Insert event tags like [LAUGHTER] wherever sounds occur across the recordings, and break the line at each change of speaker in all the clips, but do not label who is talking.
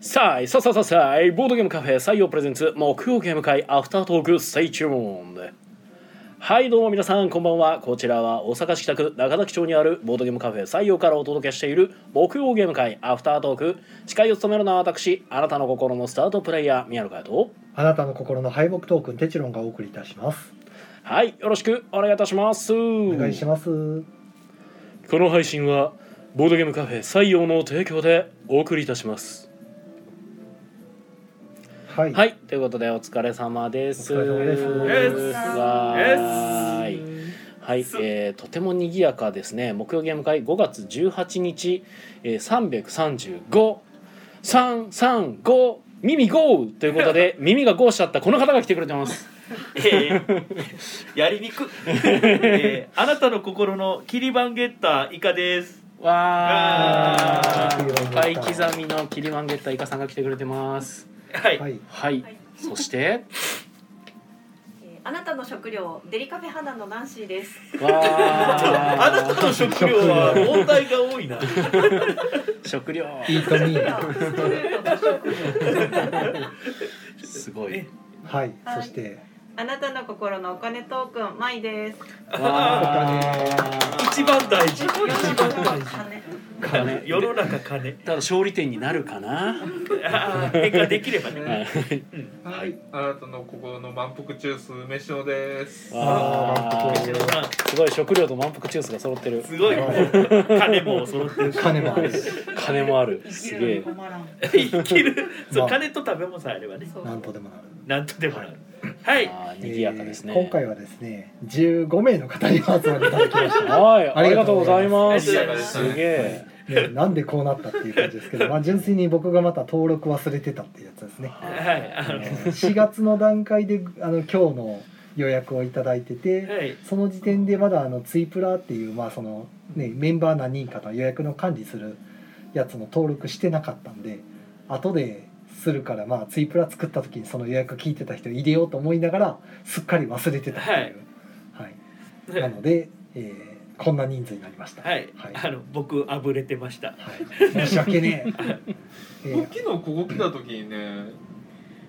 さあいさあさあさあさあいボードゲームカフェ採用プレゼンツ木曜ゲーム会アフタートーク Stay tuned はいどうも皆さんこんばんはこちらは大阪市北区中崎町にあるボードゲームカフェ採用からお届けしている木曜ゲーム会アフタートーク司会を務めるのは私あなたの心のスタートプレイヤー宮野佳代と
あなたの心の敗北トークンテチロンがお送りいたします。
はいよろしくお願いいたします
お願いします。
この配信はボードゲームカフェ採用の提供でお送りいたします
[LAUGHS] はい。
はい、ということでお疲れ様です。
お疲れ様です
です
わーいはい、えー、とても賑やかですね。木曜ゲーム会5月18日、えー、335、335、耳ゴーということで耳がゴーしちゃったこの方が来てくれてます。
えー、 [LAUGHS] やりにくい、えーあなたの心のキリバンゲッターイカです
わ
わー
ーい、パイ刻みのキリマンゲッタイカさんが来てくれてます。
はい、
はい。
はい、
はい
そして、
えーあなたの食料デリカフェ花のナンシーです。
わー
あなたの食料は問題が多い [LAUGHS] な
食料、
イートミ
[LAUGHS]
ー。
ストレートの食料
すごい。
はい。
はい
そして
あなたの心のお金トークンマイです。
わー
一番大事
四番の金
金。
世の中 [LAUGHS] 金
ただ勝利点になるかな。
あー変化できればね
はい
はい、あなたの心の満腹中枢梅塩です。
わ
満
ー [LAUGHS]
腹
さん
すごい食料と満腹ジュースが揃ってる。
すごい金も揃ってる [LAUGHS]
金もある。
金もある。すげえ。
困らん。
生きるそう、
まあ
金と食べ物さえあればね
そう
なんとでもなる。
なんとでもなるはい
あー賑やかですね。
えー今回はですね、15名の方にお集まりいただきまし
はい、ありがとうございます。
ありがとうございます
すげえ。
た。
[LAUGHS]
ね、なんでこうなったっていう感じですけど、まあ純粋に僕がまた登録忘れてたっていうやつ
[LAUGHS]
ですね。
はいあ
あの
の
4月の段階であの今日の予約をいただいてて、
はい
その時点でまだあのツイプラっていう、まあそのね、メンバー何人かの予約の管理するやつの登録してなかったんで後でするから、まあ、ツイプラ作った時にその予約聞いてた人入れようと思いながらすっかり忘れてたっていう、はいなので、えーこんな人数になりました。
はい
はい
あの僕あぶれてました
はい申し訳ねええ
僕
ー
昨日ここ来た時にね、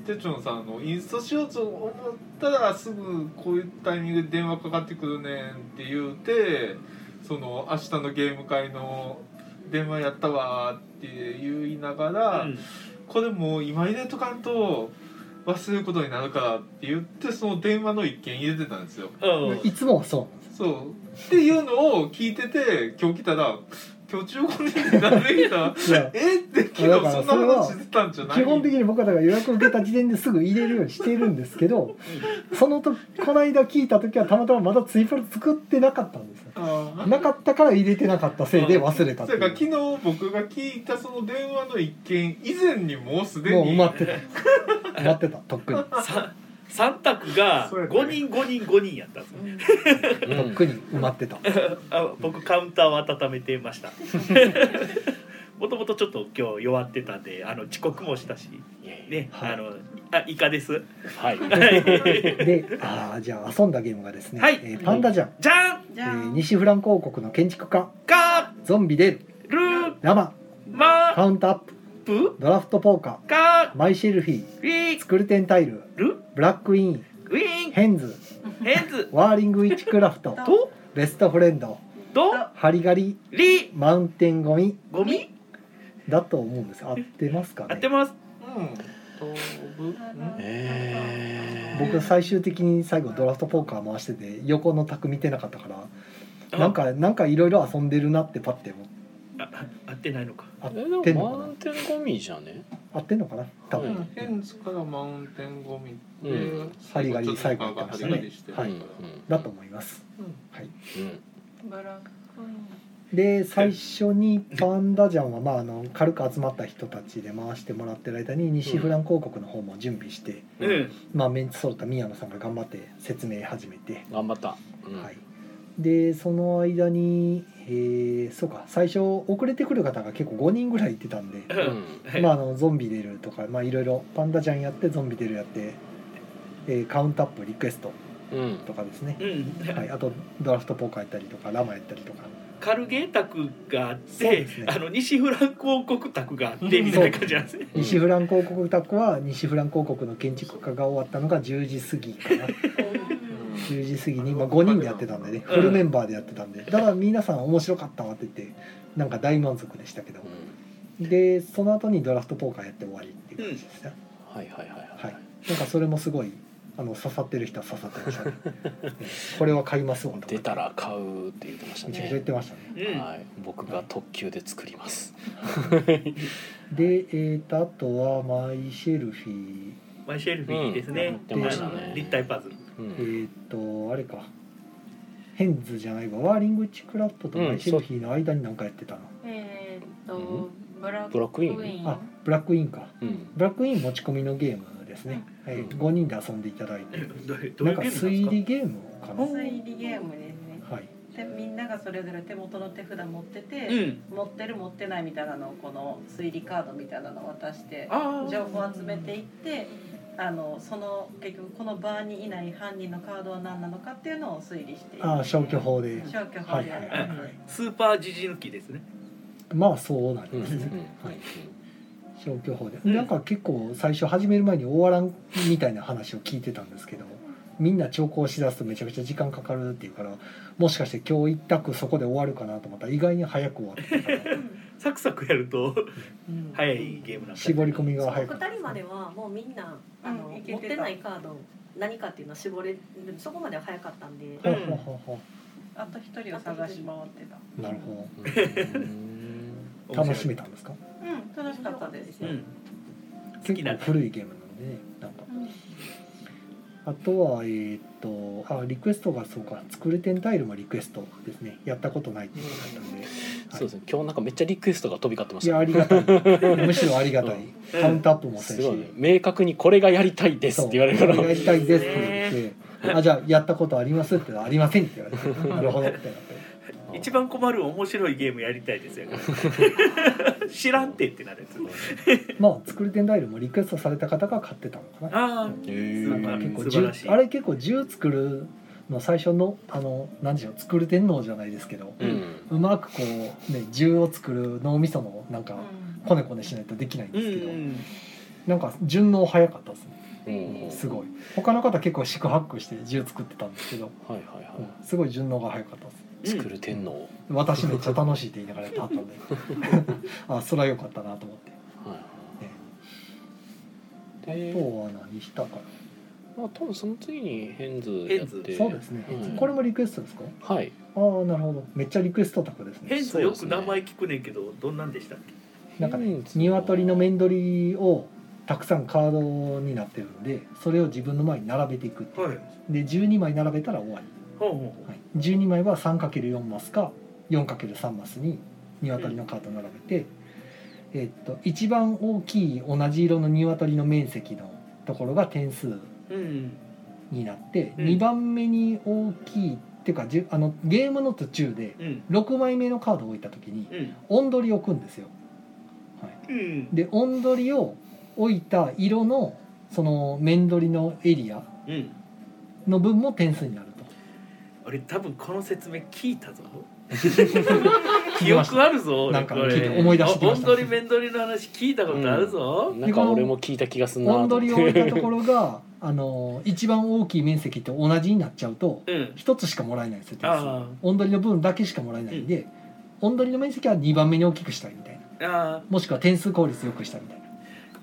てちょんさんのインストしようと思ったらすぐこういうタイミングで電話かかってくるねんって言うて、その明日のゲーム会の電話やったわーって言いながら、
うん
これもう今入れとかんと忘れることになるからって言ってその電話の一件入れてたんですよ。
うん
いつもはそうなんです
そうっていうのを聞いてて今日来たら今日中国人になってき
[LAUGHS]
た
いや
えって昨日
だから
そんな話してたんじゃない
基本的に僕はだから予約受けた時点ですぐ入れるようにしてるんですけどそのとこの間聞いた時はたまたままだツイプラ作ってなかったんですよ
ああ
なかったから入れてなかったせいで忘れた
そ
っていうう
か昨日僕が聞いたその電話の一件以前にもうすで
もう埋
に
まってた埋まってたとっくに
さ三択が
そうやね
五人五人五人やったんですね
うん
とっくに埋まってた
あ僕カウンターを温めてましたもともとちょっと今日弱ってたんであの遅刻もしたし
いえいえ
ね、
はい
あのあイカです
はい。
であーじゃあ遊んだゲームがですね、
はい
えーパンダジャン、
じゃん
じ
え
ゃ
ー
ん。
西フランク王国の建築家
か
ゾンビ出る
る
生
ま
カウントアップ
ぷ
ドラフトポーカ
か
ーマイシェルフィー
ウィ
スクルテンタイル
る
ブラックイン
ウィン
ヘンズ
ヘンズ
ワーリングウィッチクラフト
と
ベストフレンド
ど
ハリガリ
り
マウンテンゴミ
ゴミ
だと思うんです合ってますか
合っ
ね
てます
うん飛ぶうん
えー
僕最終的に最後ドラフトポーカー回してて横の卓見てなかったからなんかなんかいろいろ遊んでるなってパッて思っ
ああ合ってないのか
合っ
えで
てんの
も
か
満
な
点ゴミじゃね。
合ってんのかな多
う
分、
ん
ヘンズからマウンテンゴミで、
うん
ハリガリ最後行ってま
ハ
し
リ
た
ガ
ね
リしてるか
は
ら
い
うん
だと思います
うん
ブラック
で最初にパンダジャンはまああの軽く集まった人たちで回してもらってる間に西フラン広告の方も準備して、
うん、
まあ、メンツ揃った宮野さんが頑張って説明始めて、
頑張った。うん
はい、でその間に、えーそうか最初遅れてくる方が結構5人ぐらいいてたんで、
う
うんん
はい
まあ、あのゾンビ出るとかまあいろいろパンダちゃんやってゾンビ出るやって、えーカウントアップリクエスト
うん
とかですね
う、ん
はい、あとドラフトポーカーやったりとかラマやったりとか
カルゲー宅があっ
そう
て、
ですね
あの西フランク王国宅があってみたいな感じなんですね。
西フラン広告タコは西フラン広告の建築家が終わったのが10時過ぎか
[LAUGHS]
な10時過ぎに、まあ、5人でやってたんでねフルメンバーでやってたんでだから皆さん面白かったわって言ってなんか大満足でしたけどでその後にドラフトポーカーやって終わりっていう感じですね、
はいはいはいは、
はいいなんかそれもすごいあの刺さってる人は刺さってましたねえこれは買いますわとか
出たら買うって言ってました
めちゃくちゃ
ね
言ってましたね
うん
はい、僕が特急で作ります。
でえー、とあとはマイシェルフィー
マイシェルフィーです
うんや
ね
っ。て
ました
ね
立体パズル。
う
え
ん、
ー、とあれかヘンズじゃないわワーリングウィッチクラフトとマイシェルフィーの間に何かやってたの、
えーっ
う
とブラ
ブラックイン
あブラックインか
うん、
ブラックイン持ち込みのゲームですね、はい、
うん
5人で遊んでいただいて
どういうどう
ないん
う
か
ゲーム
推
なんで
理ゲームかな、
推理ゲームですね
はい、
でみんながそれぞれ手元の手札持ってて、
すか。うん。
持ってる持ってないみたいなのをこの推理カードみたいなのを渡して
ああ。
情報を集めていってあのその結局この場にいない犯人のカードは何なのかっていうのを推理していく
ああ消去法で
消去法
はい
で
は
や
いは
る
いはい
スーパージジ抜きですね。
まあそうなん
うん、うん、
で
う
すね、
ん
はい消去法で、
うん
なんか結構最初始める前に終わらんみたいな話を聞いてたんですけどみんな調校しだすとめちゃくちゃ時間かかるっていうからもしかして今日一択そこで終わるかなと思ったら意外に早く終わってた
[LAUGHS]
から
サクサクやると [LAUGHS]
うん
早いゲームなんですね。
絞り込みが
二
早かった
人まではもうみんなあの、
うんいけてた
持ってないカード何かっていうのは絞れるそこまでは早かったんで
ほう
うん
ほうほうほ
あと一人を探し回ってた
うなるほ
うん
ど楽しめたんですか
うん楽しかったです
う
よ、
ん。
結構古いゲームなんでねなんかあとはえーっとあリクエストがそうか作る点タイルもリクエストですねやったことないっていうのがあったんで、
そうですね、今日なんかめっちゃリクエストが飛び交ってま
い
し
や
た
あ
ね。
りがたいむしろありがたい
うん
カウントアップもせん
す
し、
ごいね、明確にこれがやりたいですって言われるから
そう。やりたいですって言って「あじゃあやったことあります?」って言ったらありません」って言われて「なるほど」ってなって
一番困る面白いゲームやりたいですよ。
[LAUGHS]
知らんてってなるやつ。
まあ作り手ダイルもリクエストされた方が買ってたのかな
ああ。
え
ー
なんか結構
素晴らしい
10あれ結構10作るの最初のあの何でしょう作る天皇じゃないですけど、
う、
うんまくこうね10を作る脳みそのなんかこねこねしないとできないん
う
ですけど、
ん。
なんか順応早かったですね
うん
すごい他の方結構四苦八苦して10作ってたんですけど、
はいはいは
うんすごい順応が早かったです
い。作る天皇。はい
私めっちゃ楽しいって言いながらやってはったんであそれは良かったなと思って
はい。で
今日は何したか
まあ、多分その次にヘンズ
ヘ
やっ
ンズ
て。
そうですね、
うん
これもリクエストですかあ
はい。
あーなるほどめっちゃリクエストタクです
ヘン
ね
ズよく名前聞くねんけど、どんなんでしたっけ。
なんか
ヘ
ね
ンズ
鶏の面取りをたくさんカードになってるんでそれを自分の前に並べていくっていう、
はい
で12枚並べたら終わり、
ほうほうほ
はい、12枚は 3×4 マスか 4×3 マスに鶏のカード並べて、えっと一番大きい同じ色の鶏の面積のところが点数
う。うん。
になって、
うん
二2番目に大きいっていうかじゅあのゲームの途中で
うん。
6枚目のカードを置いた時に
うん。
音取りを置くんですよ。はい、
うん。
で音取りを置いた色のその面取りのエリア
うん。
の分も点数になると。
俺多分この説明聞いたぞ。
聞
記
きまし
憶
た
あるぞ。
なんか
俺これ
聞いて
思い出してきました
おオンドリメンドリの話聞いたことあるぞ。
なんか俺も聞いた気がするな
音
と思って。
取りを置いたところが [LAUGHS] あの一番大きい面積と同じになっちゃうと
うん。
1つしかもらえないんですよ点数。
あ
音取りの分だけしかもらえないんで、音取りの面積は2番目に大きくしたいみたいな
あ。あ
もしくは点数効率よくしたみたいな。
あ。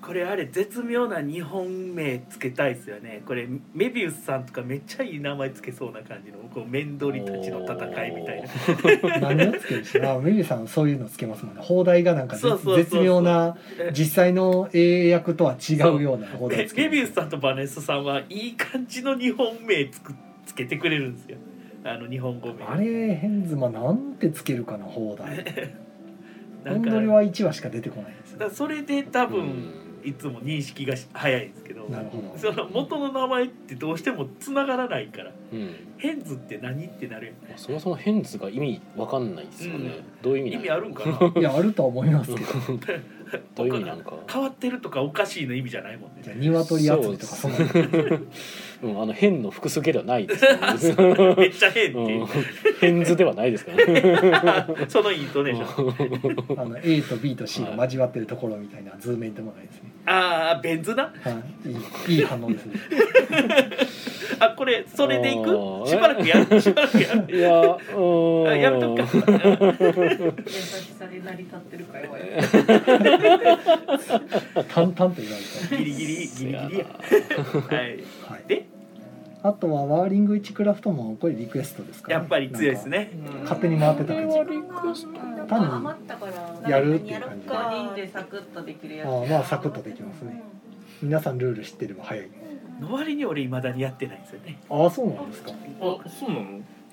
これあれ絶妙な日本名つけたいですよね。これメビウスさんとかめっちゃいい名前つけそうな感じのこうメンドリたちの戦いみたいな。
何をつける [LAUGHS] しなメリーさんそういうのつけますもんね放題がなんかぜ
そうそうそうそう
絶妙な
え
実際の英訳とは違うような放題
で
つ
メ
け
ビ
ま
ウス
す
さんとバネストさんはいい感じの日本名つくつけてくれるんですよ。あの日本語名。
あれヘンズマなんてつけるかな放題
な
本
んか
取りは1話しか出てこないんです
だか
よ
らそれで多
う
分
ん
いつも認識がし早いんですけど
なるほど
その元の名前ってどうしても繋がらないから
うん。
ヘンズって何ってなる
まあそもそもヘンズが意味わかんないですよね。どういう
や
意
ん
味
意
なの [LAUGHS]
味あるんかな
いやあるとは思いますけど
どういう意味なんか
変わってるとかおかしいの意味じゃないもん
じゃ
ね
あ鶏集めとかそんなの
[LAUGHS]
うん、あの変の複数形ではないですね、 [LAUGHS]
めっちゃ変っていうう、
ん、変図ではないですからね
[LAUGHS] そのイントネーション
あの A と B と C が交わってるところみたいな図面でもないですね。
ああベンズな
はい、いいいい反応です [LAUGHS] ね。
あこれそれで
あ
い
ー
くしばらくやるしばらくやる
いやうん
あやめとくか
優しさで成り立ってるかよ。
淡々と言われた。
ギリギリギリギリやはい
はい、
で
あとはワーリングイチクラフトもこれリクエストですか、ね、
やっぱり強いですね
勝手に回ってた感じ
なんか余ったから
やるっていう感じ
やろっ
人
か
でサクッとできるや
な
つ。
んかああまあサクッとできますね皆さんルール知ってれば早い
の割に俺未だにやってないんですよね
ああそうなんですか
あそうなの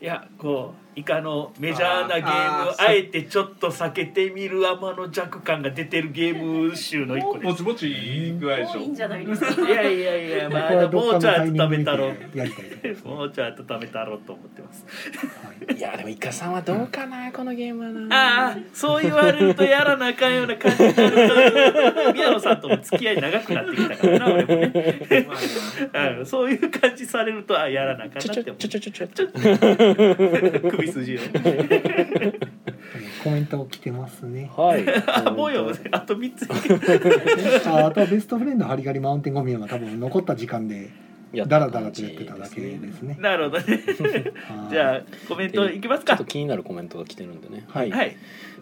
いやこうイカのメジャーなゲーム
あーあ
あ
ー
えてちょっと避けてみる天の弱感が出てるゲーム集の一個で
もちもちいい具合でし
もういいん
ょ
じゃないですか
[LAUGHS] すいやいやいやま
僕
だ
は
も
ど
う
っ
ち
か
ょ
のタ
っと
イミン
食
グ見
べ
て
たろう
やりたいとこですね
もうちょっと食べたろうと思ってます
いやでもイカさんはどうかなこのゲームはな
ああ [LAUGHS] そう言われるとやらなあかんような感じになるという宮野さんとも付き合い長くなってきたからな俺もね、 [LAUGHS]
まあ
うん、そういう感じされるとあやらなあかん
ちょ
な
ちょ
って
ちょち
思
ょちょちょ
[LAUGHS] う首筋を
コメント来てますね
はい
[LAUGHS] あもうよあと3つ [LAUGHS]
ああとはベストフレンドハリガリマウンテンゴミは多分残った時間で
や
ダラダラとやってただけですね
なるほどね
はい
じゃあコメントいきます
ちょっ
か
と気になるコメントが来てるんでね。
はい
はい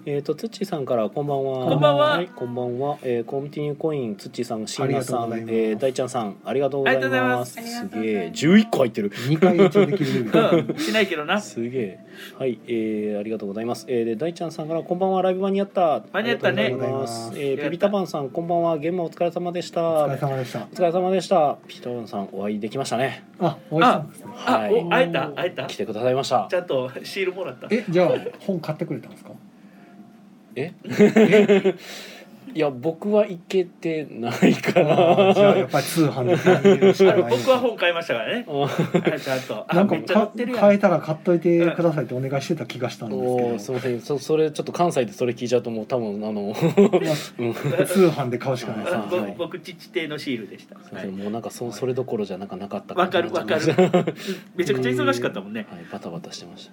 えっ、とつっちーさんからこんばんは。
こんばんはい
こんばんは。えー、コンティニューコインつっちーさん、しんなさ
ありがとうご
ん
ざい、ます
えー、大ちゃんさん、ありがとうございます。
ありがとうございます
すげえ、十一個入ってる。
二回延長できるルール
[LAUGHS] うんしないけどな
すげえ。はい、えー、ありがとうございます。えー、で大ちゃんさんからこんばんはライブ間に合った。
間に合ったね
ありがとうございます
ありがとうございます
えー、ピピタパンさんこんばんは。現場お疲れ様でし
お
た。お
疲れ様でした
疲れ様でした。ピピタパンさんお会いできましたね。
あお会いしたんですね
あ
はい
お会えた会えた
来
ち
てくださいました。
ゃんとシールもらった
えじゃあ本買ってくれたんですか
え？ [LAUGHS] いや僕は行けてないか
あ
ら
ー。じゃあやっぱり通販で買うしか
あ
ない
の [LAUGHS] 僕は本買いましたからね
[LAUGHS] あ
あちゃんと
な
あ
んか
めっちゃ載ってるや
買え
ん
たら買っといてくださいってお願いしてた気がしたん
おー
ですす
みませんそ [LAUGHS] それちょっと関西でそれ聞いちゃうともう多分あの
けど、まあ通販で買うしかないです
あ
ね。
はい
僕僕父邸のシールでした
すみま
は
せ
い
んもうなんかそそれどころじゃなんかなかった
わか
感じ
る
にな
わ
っちゃいまし
かる
た
めちゃくちゃ忙しかったもんね
はい [LAUGHS] バタバタしてました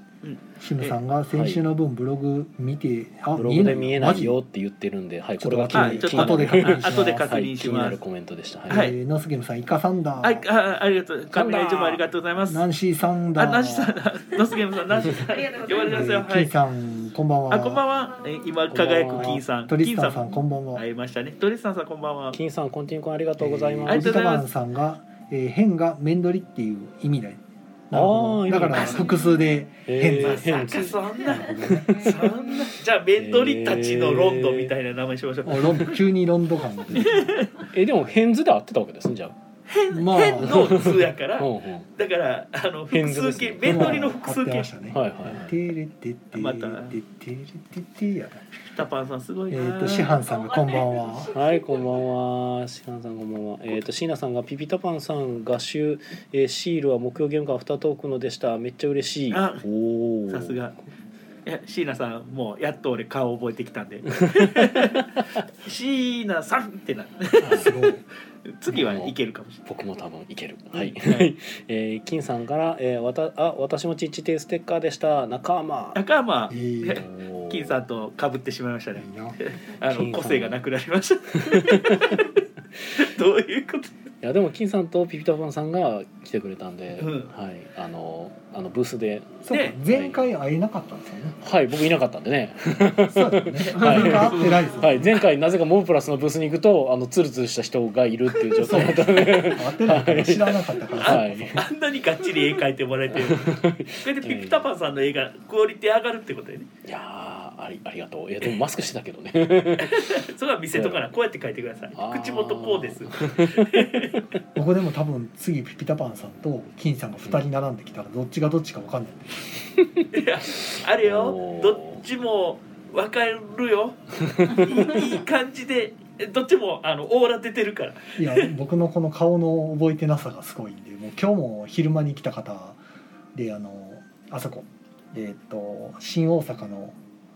シムさんが先週の分ブログ見て、あ
ブログで見えない。
マ
よって言ってるんではいこれは気
ちょっと
に
はい
気にな
ち
る
ょっと
後で確認します
あ後で確
はい
認し
気にな
ます
るコメントでした
ジ
は
はい
えーノスゲムさんイカさんだ。
はい、あ、ありがとう、雷城もありがとうございます。
ナンシーさんだ。
あ、ナシさん、ノスゲームさん、ナシさん、
ありがとうご
呼ば
ざ
れ
い
て
ま
ます
す
え
よ。
ー
は
キン
い。
さんこんばんは。
あ、こんばんは。え今輝く金さん、
トリ
金
スタンさんこんばんは。
会いましたね。トリスタンさん、こんばんは。
金さんコンティニューコインありがとうございま
あ
す、
りがとうござい
えー
ます
リタバンさんが、えー変が面取りっていう意味だよ。なる
あ
ほ
ー
どだから複数で変
え
な
ー
んです。
変
さ
です
そんな、
ね
そんな。 [LAUGHS] じゃあ、メンドリたちのロンドみたいな名前にしましょう。
おロン急にロンド感が出てきた。
えでも変図で合ってたわけですねじゃ
変、
まあ
[LAUGHS] 変の通やか
あ、
ら
う、んうん、
だから、あの、
変
複
図で
数
すね
形、メンドリの複
買
数
ってま
形
し。たね。
はいはい
テレテテ
また
テテレテテやな。
タパンさん、すごい
えっ、
な。
と師範さんがこんばんは。
はい、こんばんは。シナさん、こんばんは。えっ、と、シーナさんがピピタパンさん合集、えーシールは木曜ゲーム会アフタートークのでした。めっちゃ嬉しい。
あ
おお。
さすが。いや椎名さんもうやっと俺顔覚えてきた
[LAUGHS]
んで椎名さんってな
すごい。
次はいけるかもし
僕も多分いける。はい。
れない
[LAUGHS] えー、金さんから、えー、わた、あ、私もちっちてステッカーでした。仲間。
中山
えー、
金
[LAUGHS] 金さんと被ってしまいましたね
いいな。
あ
金
の
さん
個性がなくなりました [LAUGHS] どういうこと
いやでも金さんとピピタパンさんが来てくれたんで、
うん
はいあのあのブースで
そうか
ね
前回会えなかったんですよね。
はい僕いなかったんでね
そうだよね。
はい
なんか会ってな
[LAUGHS]
いですよ。
はい前回なぜかモンプラスのブースに行くとあのツルツルした人がいるっていう状態だったんで
会ってないから知らなかったから。
はい
[LAUGHS] あんなにがっちり絵描いてもらえ
[LAUGHS]
てるそれでピピタパンさんの映画クオリティ上がるってことやね
いやーありありがとういやでもマスクしてたけどね
それは見せとかなこうやって描いてください
あー
口元こうです
僕でも多分次ピピタパンさんと金さんが二人並んできたらどっちがどっちかわかんない。
あ
お
れよ
ー
どっちも分かるよいいいい感じでどっちもあのオーラ出てるから
い
[LAUGHS]
や僕のこの顔の覚えてなさがすごいんでもう今日も昼間に来た方であのあそこえーっ、と新大阪の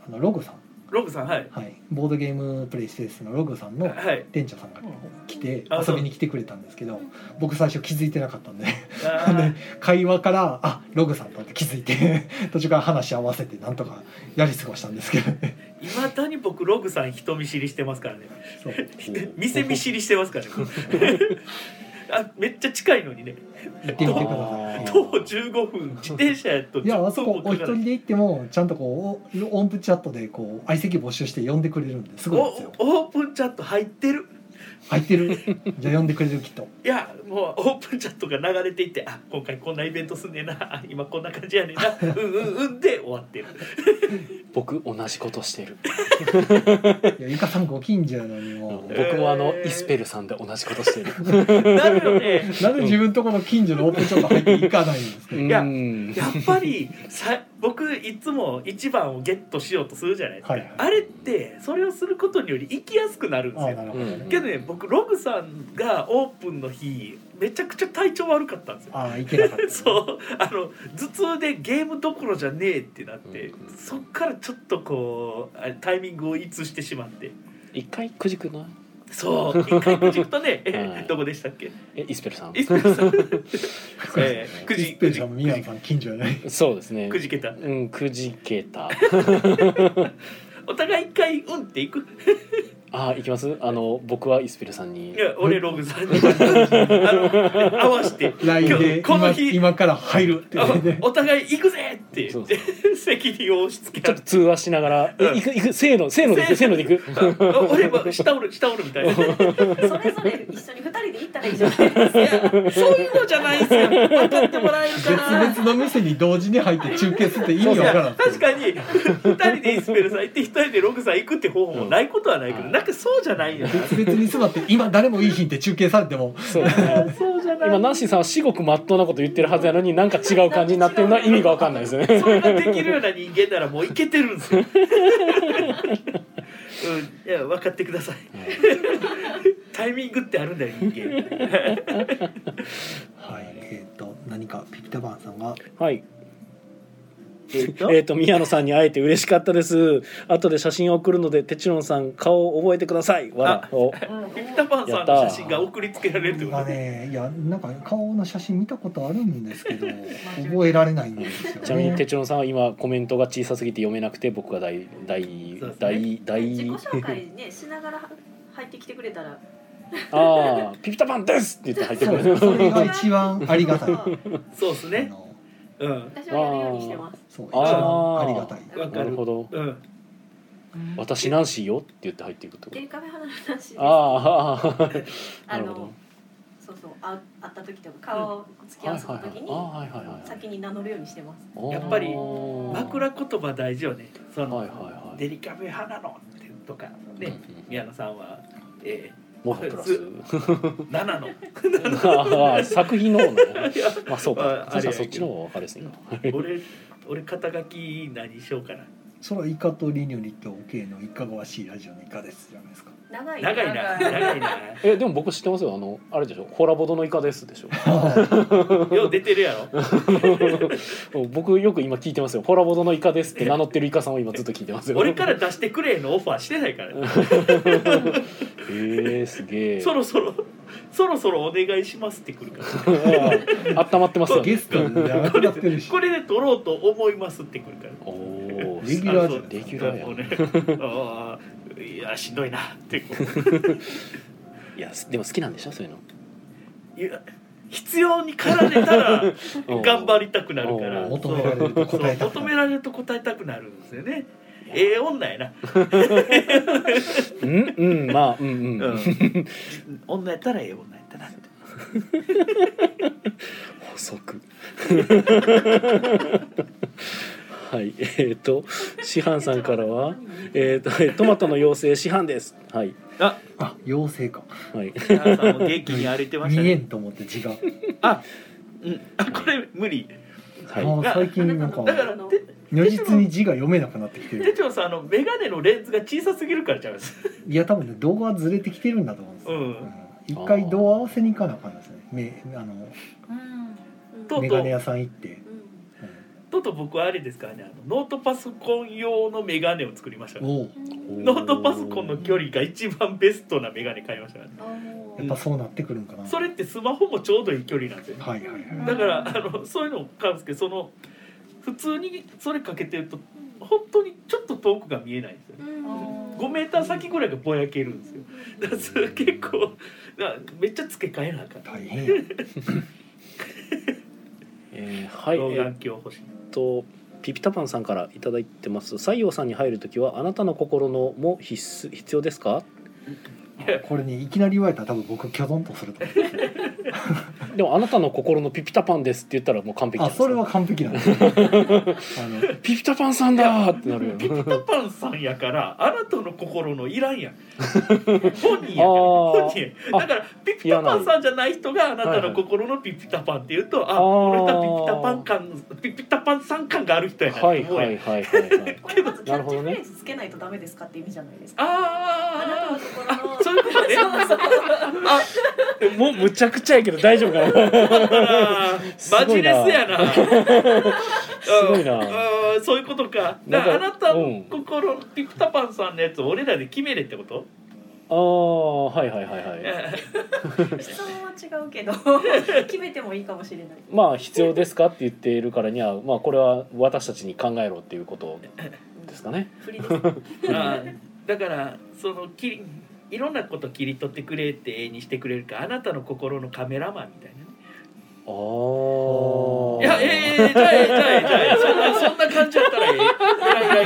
あのログさん
ログさんはい
はい、ボードゲームプレイスペースのログさんの
はい
店長さんが来て
あそ
遊
う
びに来てくれたんですけど僕最初気づいてなかったんで [LAUGHS]
あー
会話から「あログさんだ」って気づいて途中から話し合わせてなんとかやり過ごしたんですけどね
いまだに僕ログさん人見知りしてますからね
そう
店見知りしてますか
[LAUGHS]
らねあめっちゃ近いのにね
行ってみてください
あー
徒歩15分自転車やと
いやあそ
徒歩
こお
か
一
から
人で行ってもちゃんとこうお音符チャットでこう相席募集して呼んでくれるんですごいですよ
おオープンチャット入ってる
入ってるじゃあ呼んでくれるきっと
いやもうオープンチャットが流れていってあ今回こんなイベントすんねんなあ今こんな感じやねんなうんうんうんで終わってる
僕同じことしてる
いやゆかさんご近所やのにもう
僕もあの
えー
イスペルさんで同じことしてる
なるよね
なんで自分とこの近所のオープンチャット入っていかないんですか
う
や
ん
やっぱりさ僕いつも一番をゲットしようとするじゃないですか、
はいはい
あれってそれをすることにより行きやすくなるんです
ああ
よ
なるほどね、
うん
けどね僕ログさんがオープンの日めちゃくちゃ体調悪かったんですよ
ああいけなかった、ね、
[LAUGHS] そうあの頭痛でゲームどころじゃねえってなって、
うんうん
そっからちょっとこうあれタイミングを逸してしま
[LAUGHS]
って
一回くじくない
そう一回くじくとね、え
はい
どこでし
[LAUGHS]
たっけ
えイスペルさん
イスペルさん、え
え
ー、く
一平
じく
さ
じ
んも宮野さん近所やない
そうですね
くじけた
うんくじけた [LAUGHS]
お互い一回うんっていく
あ行きますあの僕はイスペルさんに
いや俺ログさんにあの合わせて
LINE
今
で
日 [LAUGHS] この
今
日
今から入るって
あ
言って
お互い行くぜって
そう
言って責任を押し付け
ち
合
ょっ
っ
と
て
通話しながら「え
うん
行く行くせーのせーので行くせーので行く」
あ俺は下おる下おるみたいない
それぞれ一緒に二人で行ったらいいじゃないです
やそういうのじゃないですよ分かってもらえるかな
別々の店に同時に入って中継するって意味わからん
確かに2人でイスペルさん行って1人でログさん行くって方法もないことはないけど、
うん
なんかそうじゃないよな
別々に座って今誰もいい日って中継されても
そうですね
[LAUGHS] そうじゃない
今ナッシーさんは至極まっとうなこと言ってるはずやのになんか違う感じになってるのは意味がわかんないですよね
[LAUGHS] それができるような人間ならもういけてるん
[LAUGHS]
ですよ、うん、いや分かってくださいタイミングってあるんだよ人間
はいえっ、と何かピピタバーンさんが
はいえっと宮野さんに会えて嬉しかったです後で写真を送るのでテチロンさん顔を覚えてくださいわらお
ピピタパンさんの写真が送りつけられるってこ
僕
と
は
ね
ねいやなんか顔の写真見たことあるんです
[LAUGHS]
けど覚えられないんですよ
ちなみにテ
ね
チロンさんは今コメントが小さすぎて読めなくて僕が大大
そうですね
大
か。
大
自己紹介ねしながら入ってきてくれたら。
ああピピタパンですって言って
そ
入ってく
う
る
それが一番ありがたい
[LAUGHS] そ
あ
う
そうですね
の
うん
私はやるようにしてます。
そう一
あー
番ありがたい
わか
[LAUGHS] なる
る
ほど
うん
私ナンシーよって言って入っていくってこ
デ
と
リカフェ花の話です。
ああな
あ
るほど [LAUGHS]
のそうそうあ会った時とか顔を付き合わせた時に
あはいはいはい
先に名乗るようにしてます。
はい
やっぱり
枕
枕言葉大事よねその、
はいはいはい
デリカフェ花のってとかね宮野さんは、え
もプラス
ー、7の
ああ作品の方ね
[LAUGHS] いや
まあそうか
あ
そしたら
あれ
そっちの方が分かりやすいな
俺俺肩書き何しようかな
それはイカとリニョリとオケイのいかがわしいラジオのイカですじゃないですか
長い
長いな長いな
えでも僕知ってますよあのあれでしょホラボドのイカです
[LAUGHS]
でしょ
よう出てるや
[LAUGHS]
ろ
僕よく今聞いてますよホラボドのイカですって名乗ってるイカさんを今ずっと聞いてますよ
俺から出してくれのオファーしてな
[LAUGHS]
いからね
へえすげえ
そろそろそろそろお願いしますってくるから
あったまってますよ
ゲ
ね
ストで上がってるし
これで取ろうと思いますってくるから
おお
レギュラーじゃ
あそう
レギュラーや
もうねああいやしんどいなってこ
いやでも好きなんでしょそういう
ういや必要に駆られたら
[LAUGHS]
の
頑張りたくなるから
おー
求められると答えたくなる
そう求められると答えたくなるんですよねええ女やな、
うんうんまあうんうん、
うん、 [LAUGHS] 女やったらええ女やったなって
補足 [LAUGHS] はいえっ、と師範さんからは「えー、とえトマトの妖精師範です」はい
あ
あ妖精か
はい
木原さんも元気に歩いてました
見え
ね
んと思って字が
あ、うん、あこれ無理 [LAUGHS]
は
もう最近なんか
あ
だからて
如実に字が読めなくなってきて
手
る
帳さんあの眼鏡のレンズが小さすぎるからちゃうんです
いや多分ね動画ずれてきてるんだと思うんですよ、
うん
一回度を合わせに行かなあかんですねめあの
うん
とう
メ
と
ガ
う
ネ屋さん行って、
う
うん
トと僕はあれですからねあのノートパソコン用のメガネを作りましたから
おう
ノートパソコンの距離が一番ベストなメガネ買いましたからね
やっぱそうなってくるんかな、
それってスマホもちょうどいい距離なんですよね
はいはいはい
だからあのそういうのを買うんですけどその普通にそれかけてると本当にちょっと遠くが見えないんですよね5メーター先ぐらいがぼやけるんですよだからそれ結構だからめっちゃ付け替えなあかん
大変や
えーはい、え
老
ーっ
眼鏡欲しい
とピピタパンさんから頂いただいてます。西洋さんに入るときはあなたの心のも必須必要ですか？
これねいきなり言われたら多分僕キョドンとする
[LAUGHS]
と思う
でもあなたの心のピピタパンですって言ったらもう完璧じゃない
あ
ですか
それは完璧なんですよあの
ピピタパンさんだーってなるよ
ピ
ね。
ピタパンさんやからあなたの心のいらん
[LAUGHS]
やん本人やから
あー
本人や
あ
だからピピタパンさんじゃない人があなたの心のピピタパンって言うと、あ
あー
この人はピピタパン感ピピタパンさん感がある人やな
はい
と思う
は
やん
いはいはい [LAUGHS] はい。
これまずキャッチフレーズつけないとダメですかって意味じゃないですか。あなた
あ
の心の
あ [LAUGHS] そういうことね
もうむちゃくちゃやけど大丈夫か [LAUGHS] な。
あーマジレスやなす
ごいな
そういうことか
なん
だ
か
からあなた
う
の
ん
心のピピタパンさんのやつを俺らで決めれってこと
ああはいはいはいはい。
質問は違う [LAUGHS] けど決めてもいいかもしれない。
まあ必要ですかって言っているからにはまあこれは私たちに考えろっていうことですかね。
振りです。
あーだからそのきりいろんなこと切り取ってくれって絵にしてくれるかあなたの心のカメラマンみたいなね
ああ。
いやええじゃあええじゃあええじゃあええそんなそんな感じやったらええいやいやいやい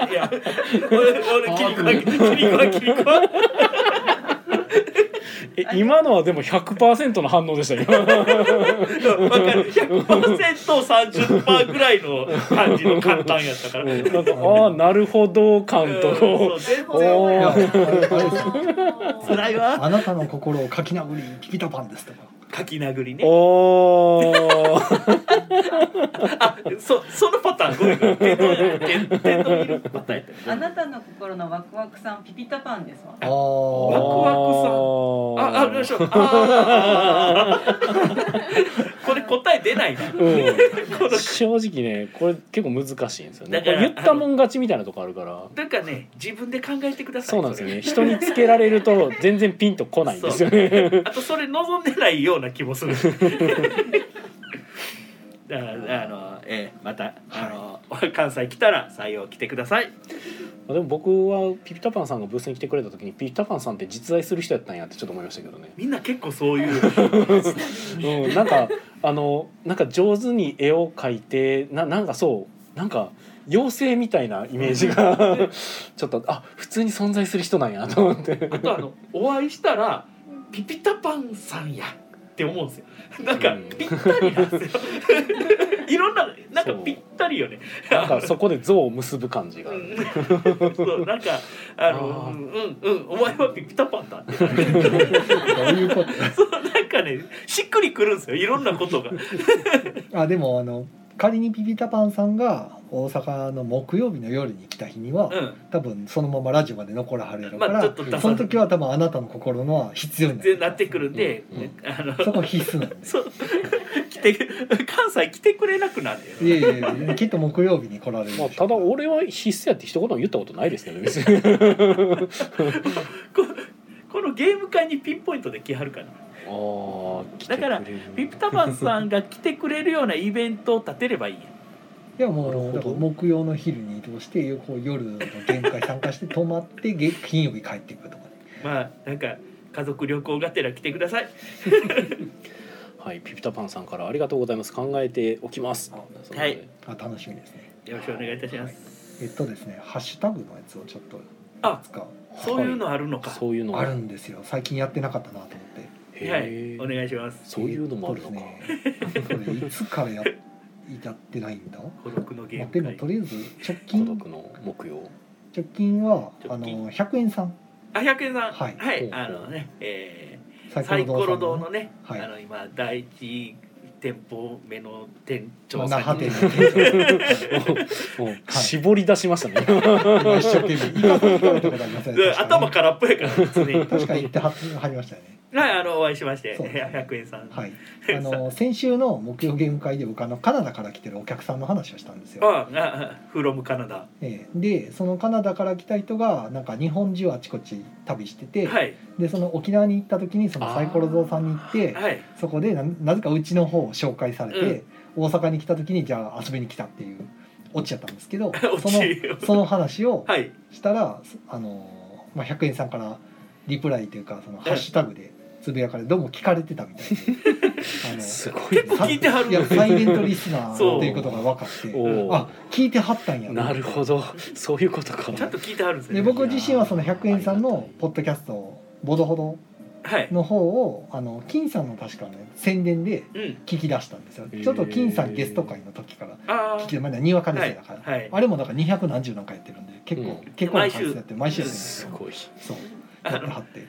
やいや俺俺切り子は切り子は切り子は
え今のはでも100%の反応でしたよ。 [LAUGHS]
わかる100%30% ぐらいの感じの簡単やったから。
うんなんかああなるほど感とこ
そう全
お
然
ー
いやあれです
辛いわ
あなたの心をかきなぐりピピタパンですとか
書き殴り
う。
ね
おお。
あそそのパターンごめんごめん天童や天天童いるパターンやった
あなたの心のワクワクさんピピタパンですわ
あ
ワ
あ
クあああよいしょあーあーあー [LAUGHS] これ答え出ないな
うん、正直ねこれ結構難しいんですよねこ
だか
れ
ら
言ったもん勝ちみたいなとこあるから
なんかね自分で考えてください
そうなんですよね
そ
人につけられると全然ピンとこないんですよね
れあとそれ望んでないような気もする [LAUGHS] だからあのええまたあの、関西来たら採用来てください
でも僕はピピタパンさんがブースに来てくれた時にピピタパンさんって実在する人やったんやってちょっと思いましたけどね、
みんな結構そういう
うん、なんかあのなんか上手に絵を描いてななんかそうなんか妖精みたいなイメージがちょっとあ普通に存在する人なんやと思って
[LAUGHS] あとあのお会いしたらピピタパンさんやって思うんですよなんか
うん
ぴったりなんですよ [LAUGHS] いろんななんか
そう
ぴったりよね
なんかそこで像を結ぶ感じが
う
ある
ん [LAUGHS] そうなんかあ
あ
の
ー
うんうんお前はピピタパンだってなる
どういうこ
そうなんかねしっくりくるんですよいろんなこと
[LAUGHS]
が
とあでもあの仮にピピタパンさんが大阪の木曜日の夜に来た日には、
うん
多分そのままラジオまで残らはるやろから、
まあちょっと出さ
その時は多分あなたの心のは必要にな
全
る
然なってくるんで、
うんうん
あの
そこ必須なんで
そう来て関西来てくれなくなるんだよ
いやいやいやきっと木曜日に来られるでし
ま
ょ
あ、
う
ただ俺は必須やって一言も言ったことないですけ
[LAUGHS]
ど別に
ここのゲーム会にピンポイントで来はるかな
ああ
だからピピタパンさんが来てくれるようなイベントを立てればいいんや
いやも
なるほど
うだから木曜の昼に移動してこう夜の限界参加して泊まってげ金曜日帰っていくとかね
まあなんか家族旅行がてら来てください。
はいピピタパンさんからありがとうございます考えておきます
はい
あ楽しみですね
よろしくお願いいたします。
えっとですねハッシュタグのやつをちょっと
あ、
使う
そういうのあるのか。
そういうの
あ
が
るんですよ最近やってなかったなと思って
はい、
へ
お
え
願いします。
そういうのもあるのか、
えっとですねこれいつからややってないんだ、
孤独のゲ
まあ、
ー
で
ム
も
会
と。りあえず直
孤
近
独の木曜
直近は
直近
あの100円さん
あ、百円さん。
はい
は
ほうほ
い、
う
あのね、えー
サ
サイコロ
堂さ
堂
んの
のね、あ
はい
の今第一店舗目の店
ま
長
あ
さ
那
ん
覇
に
店の
おお絞り出しましたね
今一生懸命イカさん食べたことありますよ
で
ね
頭空っぽ
[LAUGHS]
やからですね
確かに行ってははりましたよね
はいあのお会いしまして
そうですね
100円さん、
はいあ
[LAUGHS]
の先週の木曜ゲーム会で僕あのカナダから来てるお客さんの話をしたんですよ
ああフロムカナダ
ええでそのカナダから来た人がなんか日本中あちこち旅してて、
はい
でその沖縄に行った時にそのサイコロゾウさんに行って
はい
そこでななぜかうちの方を紹介されて、大阪に来た時にじゃあ遊びに来たっていうオチやったんですけど
[LAUGHS] オ
そ
チ
のその話を
はい
したら、あのまあ、100円さんからリプライというかそのハッシュタグでつぶやかれどうも聞かれてたみたいであの
す
さ
ごい
結構聞いてはる
いやサイレントリスナ
そ
ー
う
っていうことが分かって
おお
あ聞いてはったんや
なるほどそういうことか
ちゃんと聞いてはるんです
で
ね
僕自身はその100円さんのポッドキャスト「ボドほど
はい」
の方をあの金さんの確かね宣伝で
うん
聞き出したんですよ
へー
ちょっと金さんゲスト会の時から
あ
聞き
ー
まだにわかですだから、
はいはい
あれもだから200何十何回やってるんで結構、
う
結構な回数やって毎週やってるんです
す
よ
ごい
そう
あ
やって
の
はって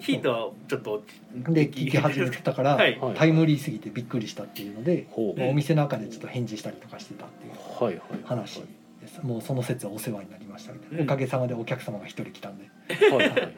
頻度はちょっと
で聞き始めてたから、
はい
はい
タイムリーすぎてびっくりしたっていうので、
ほう
まあお店の中でちょっと返事したりとかしてたっていう
はいはいはい
話です、もうその説はお世話になりましたみたいな、
うん
おかげさまでお客様が一人来たんで
はいはい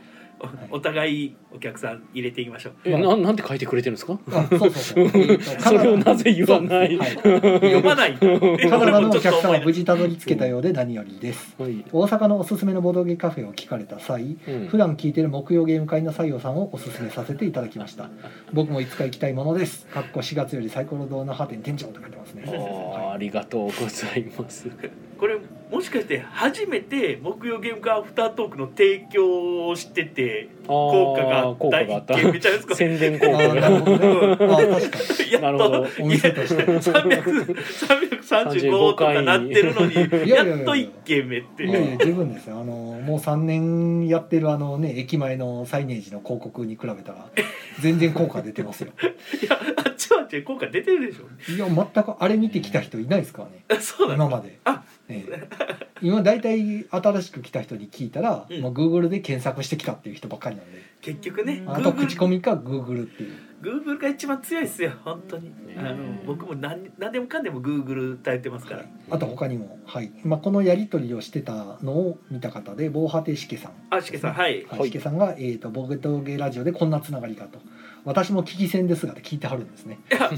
おお互いお客さん入れていきましょう
[LAUGHS] えななんて書いてくれてるんですか
あそうそうそう。えっと
それをなぜ言わない
はい
呼ばない
カナダのお客様
は
は無事たどり着けたようで何よりです。
はい
大阪のおすすめのボードゲームカフェを聞かれた際、
うん
普段聞いてる木曜ゲーム会の採用さんをおすすめさせていただきました。僕もいつか行きたいものです。かっこ4月よりサイコロ堂の破店店長と書いてますね。
あーありがとうございます
[LAUGHS] これもしかして初めて木曜ゲームカーアフタートークの提供をしてて効
効
果があった一件めちゃですか
宣伝効
あーなる
果
ほどね。あー確か
[LAUGHS]
や
な
っ
るほど
と [LAUGHS]
に。お店として。
335とかなってるのにやっと1件目って
いやいや十分ですよあのもう3年やってるあのね駅前のサイネージの広告に比べたら全然効果出てますよ
いやあっちはあっちで効果出てるでしょ
いや全くあれ見てきた人いないですからね
あそうなんだ
今まで
あ、
ええ、今大体新しく来た人に聞いたら、
うん
まあ、Google で検索してきたっていう人ばっかりなんで
結局ね
あと口コミか Google っていう、
Google が一番強いですよ本当にあの僕も何何でもかんでも Google 耐えてますか
は
ら
い、あと他にも、はいまあ、このやり取りをしてたのを見た方で防波堤しけさん
あしけさんはい
はい
はい
しけさんが「えー、とボゲトゲラジオでこんなつながりが」と「私も聞き戦ですが」って聞いてはるん
[LAUGHS]
ですね、
いや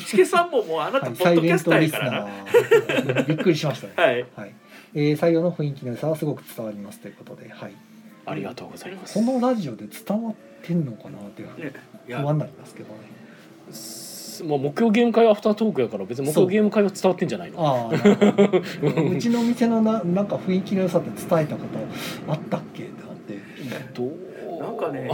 しけさんももうあな
は
た
い、
ポッドキャスターやからな
ーびっくりしましたね、
はい
はいえー採用の雰囲気の良さはすごく伝わりますということで、はい、
ありがとうございます
このラジオで伝わってんのかなっていう
ねい
不
や
安になりますけどね。
すまあ木曜ゲーム会はアフタートークやから別に木曜ゲーム会は伝わってんじゃないの
ああ、なるほど
[LAUGHS]
うちの店のななんか雰囲気の良さって伝えたことあったっけってなって。
どう
なんか
[LAUGHS]
ね、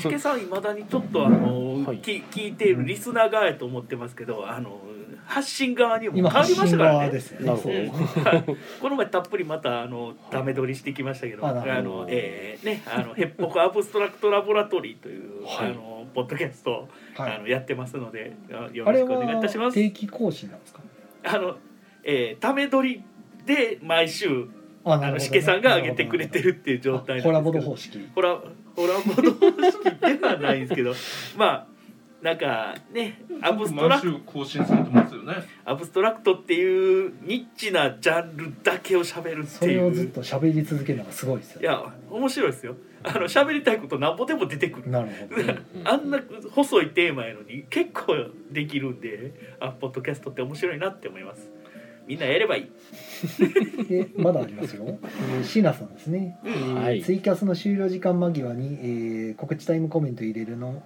しけさんいまだにちょっとあの、
はい
き聞いているリスナー側やと思ってますけど、あの発信側にも変
今
わ
発
りまし
信
たから
側
ね
で。すよ
なる
ね。
ほ
そ
ど
う
うんはいこの前たっぷりまたあのダメ撮りしてきましたけど、
あ
あ
なる
ど
ほ
のえーねあのヘッポコアブストラクトラボラトリーという、
はい
あのポッドキャスト、
は
あ
い。
のやってますので、あよ
あ
ろ
れ
しくお願いいたしま
は
す。
定期更新なんですか。
あの、えー、ダメ撮りで毎週
あ、
あ
なるほど
の
ね
しけさんが上げてくれてるっていう状態
あコラボ
で
の
すけど
方式。
ホラホラボの方式ではないんですけど [LAUGHS] まあなんかねアブスト
毎
ラク
週更新されてますよね
アブストラクトっていうニッチなジャンルだけを喋るって
それをず
い
っ
う
と喋り続けるのがすごいですよ
い。や面白いですよあの喋りたいことなんぼでも出てくる
なるほどね。
あんな細いテーマやのに結構できるんであポッドキャストって面白いなって思いますみんなやればいい
でまだありますよ、えー、椎名さんですね、えー
はい
ツイキャスの終了時間間際に、えー告知タイムコメント入れるの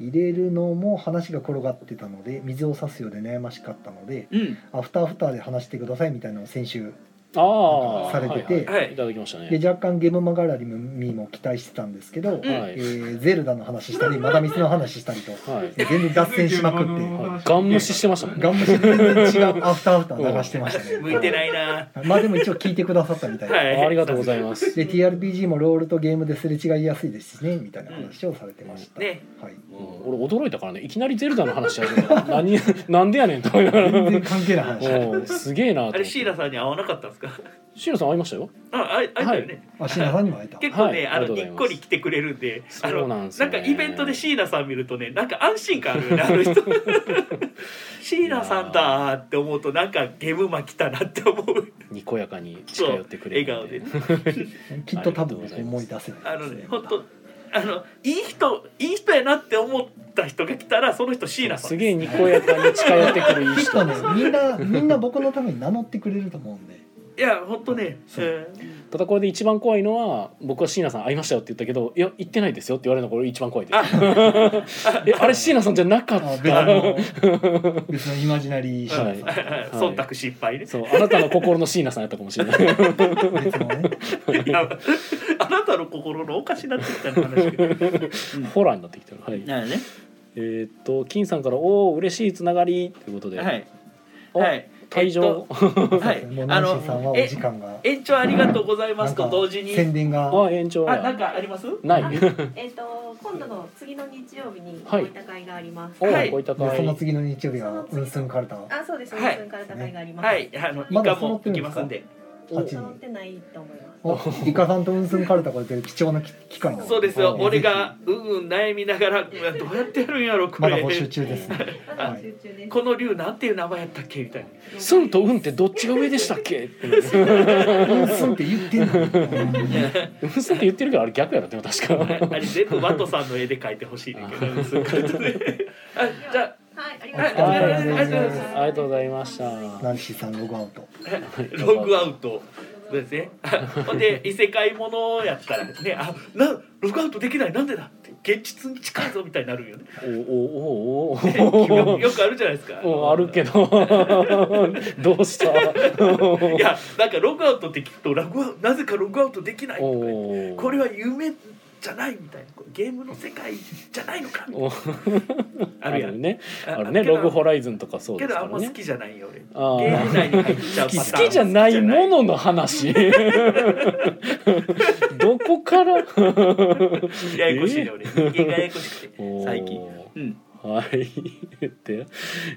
入れるのも話が転がってたので水を差すようで悩ましかったので
うん
アフターアフターで話してくださいみたいなのを先週
ああ
されてて
はいはい
はい
いただきましたね
で若干ゲームマガラリミも期待してたんですけど、
ん
は
え
い
ーゼルダの話したりマダミスの話したりと
はい
全然脱線しまくって
はいガン無視してましたもんね
ガン無視で全然違うアフターアフター流してましたね
[LAUGHS] 向いてないな
まあでも一応聞いてくださったみたいな、
はい
ありがとうございます
で TRPG もロールとゲームですれ違いやすいですしねみたいな話をされてました、
ね
はい、
うん俺驚いたからねいきなり「ゼルダ」の [LAUGHS] 話し始めたから何なんでやねんと思いながら
全然関係ない話
おうすげえなと思っ
あ
て
れ椎名さんに会わなかったんですか。
シーラさん会いましたよ
あ、あい、あいたよね。
あ椎名さんにも会えた
結構ね、
はい
あ
ありがと
の
うござい
に
ま
っ
す
こり来てくれるんで、あ
そう
の
なんです
な
よ
ん
ね
かイベントで椎名さん見るとね、なんか安心感あるよね、あの人。 [LAUGHS] 椎名さんだーって思うと、なんかゲームマ来たなって思う。
にこやかに近寄ってくれるんで
そう
きっと多分思い出せない
あのね、本当。あのいい人いい人やなって思った人が来たらその人椎名さん
すげえにこやかに近寄ってくるいい
きっ
人
と [LAUGHS] ねみんなみんな僕のために名乗ってくれると思うんで
いや本当ね、
そう
うん
ただこれで一番怖いのは僕は椎名さん会いましたよって言ったけど「いや行ってないですよ」って言われるのが俺一番怖いです [LAUGHS]
あ
えあれ椎名さんじゃなか
あ
っ
別
た
の別のイマジナリーシーンさ
忖度失敗ね、
そうあなたの心の椎名さんやったかもし
[LAUGHS]
れない
ん別のね
いやあなたの心のおかしなってきたの話が
ホラーになってきてるはい
なるね
えーっと金さんから「おお嬉しいつながり」ということで、
はい
お
はい
退場、
はい
もう
あ
ナンシ
の
ーさんはお時間が
延長ありがとうございますと
なんか
同時に
宣伝が
あ延長
あな
や
んかあります
な
あ
い
えっと今度の次の日曜日に
は
こ
いう
いった会がありま
[LAUGHS]
す。
おお
はい
こういった会
その次の日曜日はウンスンカルタ
あ、そうですね。
はい
自分から高いがあります。
はい、あの、
ま
イ
だ
カも
揃ってる
行き
んで
ますす
か
んで。
8人
揃ってないと思います。
おイカさんとウンスンカルタこれという貴重なき機会なので
そうですよ、
はい
俺がうんうん悩みながら、どうやってやるんやろ、こ
まだ
れ
募。集中ですね
まだ集中です。
この竜なんていう名前やったっけみたいな。
「すん」と「うん」ってどっちが上でしたっけって「
[LAUGHS]
ウンスンって言ってんのに
うん」って言ってるけどあれ逆やろでも確か
あれ全部ワトさんの絵で描いてほしいねんけど、そういうことで。あ、じゃ
はい、あり
あ、
がとうござい
は
ま
はい
す。
い、あり
あり
がとうございま
がとうございました
ナンシーさんログアウト
す。ログアウト。そうですね。ほんで、異世界ものやったらね、あ、な、ログアウトできない、なんでだって、現実に近いぞみたいにな
[LAUGHS]
るよね。
おおおおお
よくあるじゃないですか。
おあるけど [LAUGHS] どうした
いやなんかログアウトって聞くとラグアウなぜかログアウトできないとか言って
おお
これは夢じゃないみたいなこれゲームの世界じゃないのかみたい
お
なあるやん
ね
あ
あるね
けど
ログホライズンとかそうで
け
す
ど
か
あ
ら
んま好
ね
きじゃないよ俺ゲ
あー
ーム内に入っちゃうパターン
好きじゃないものの
[LAUGHS]
話どこ
[LAUGHS]
から
ややこしいね俺人間がややこしくて
最近
おー
うん
はいで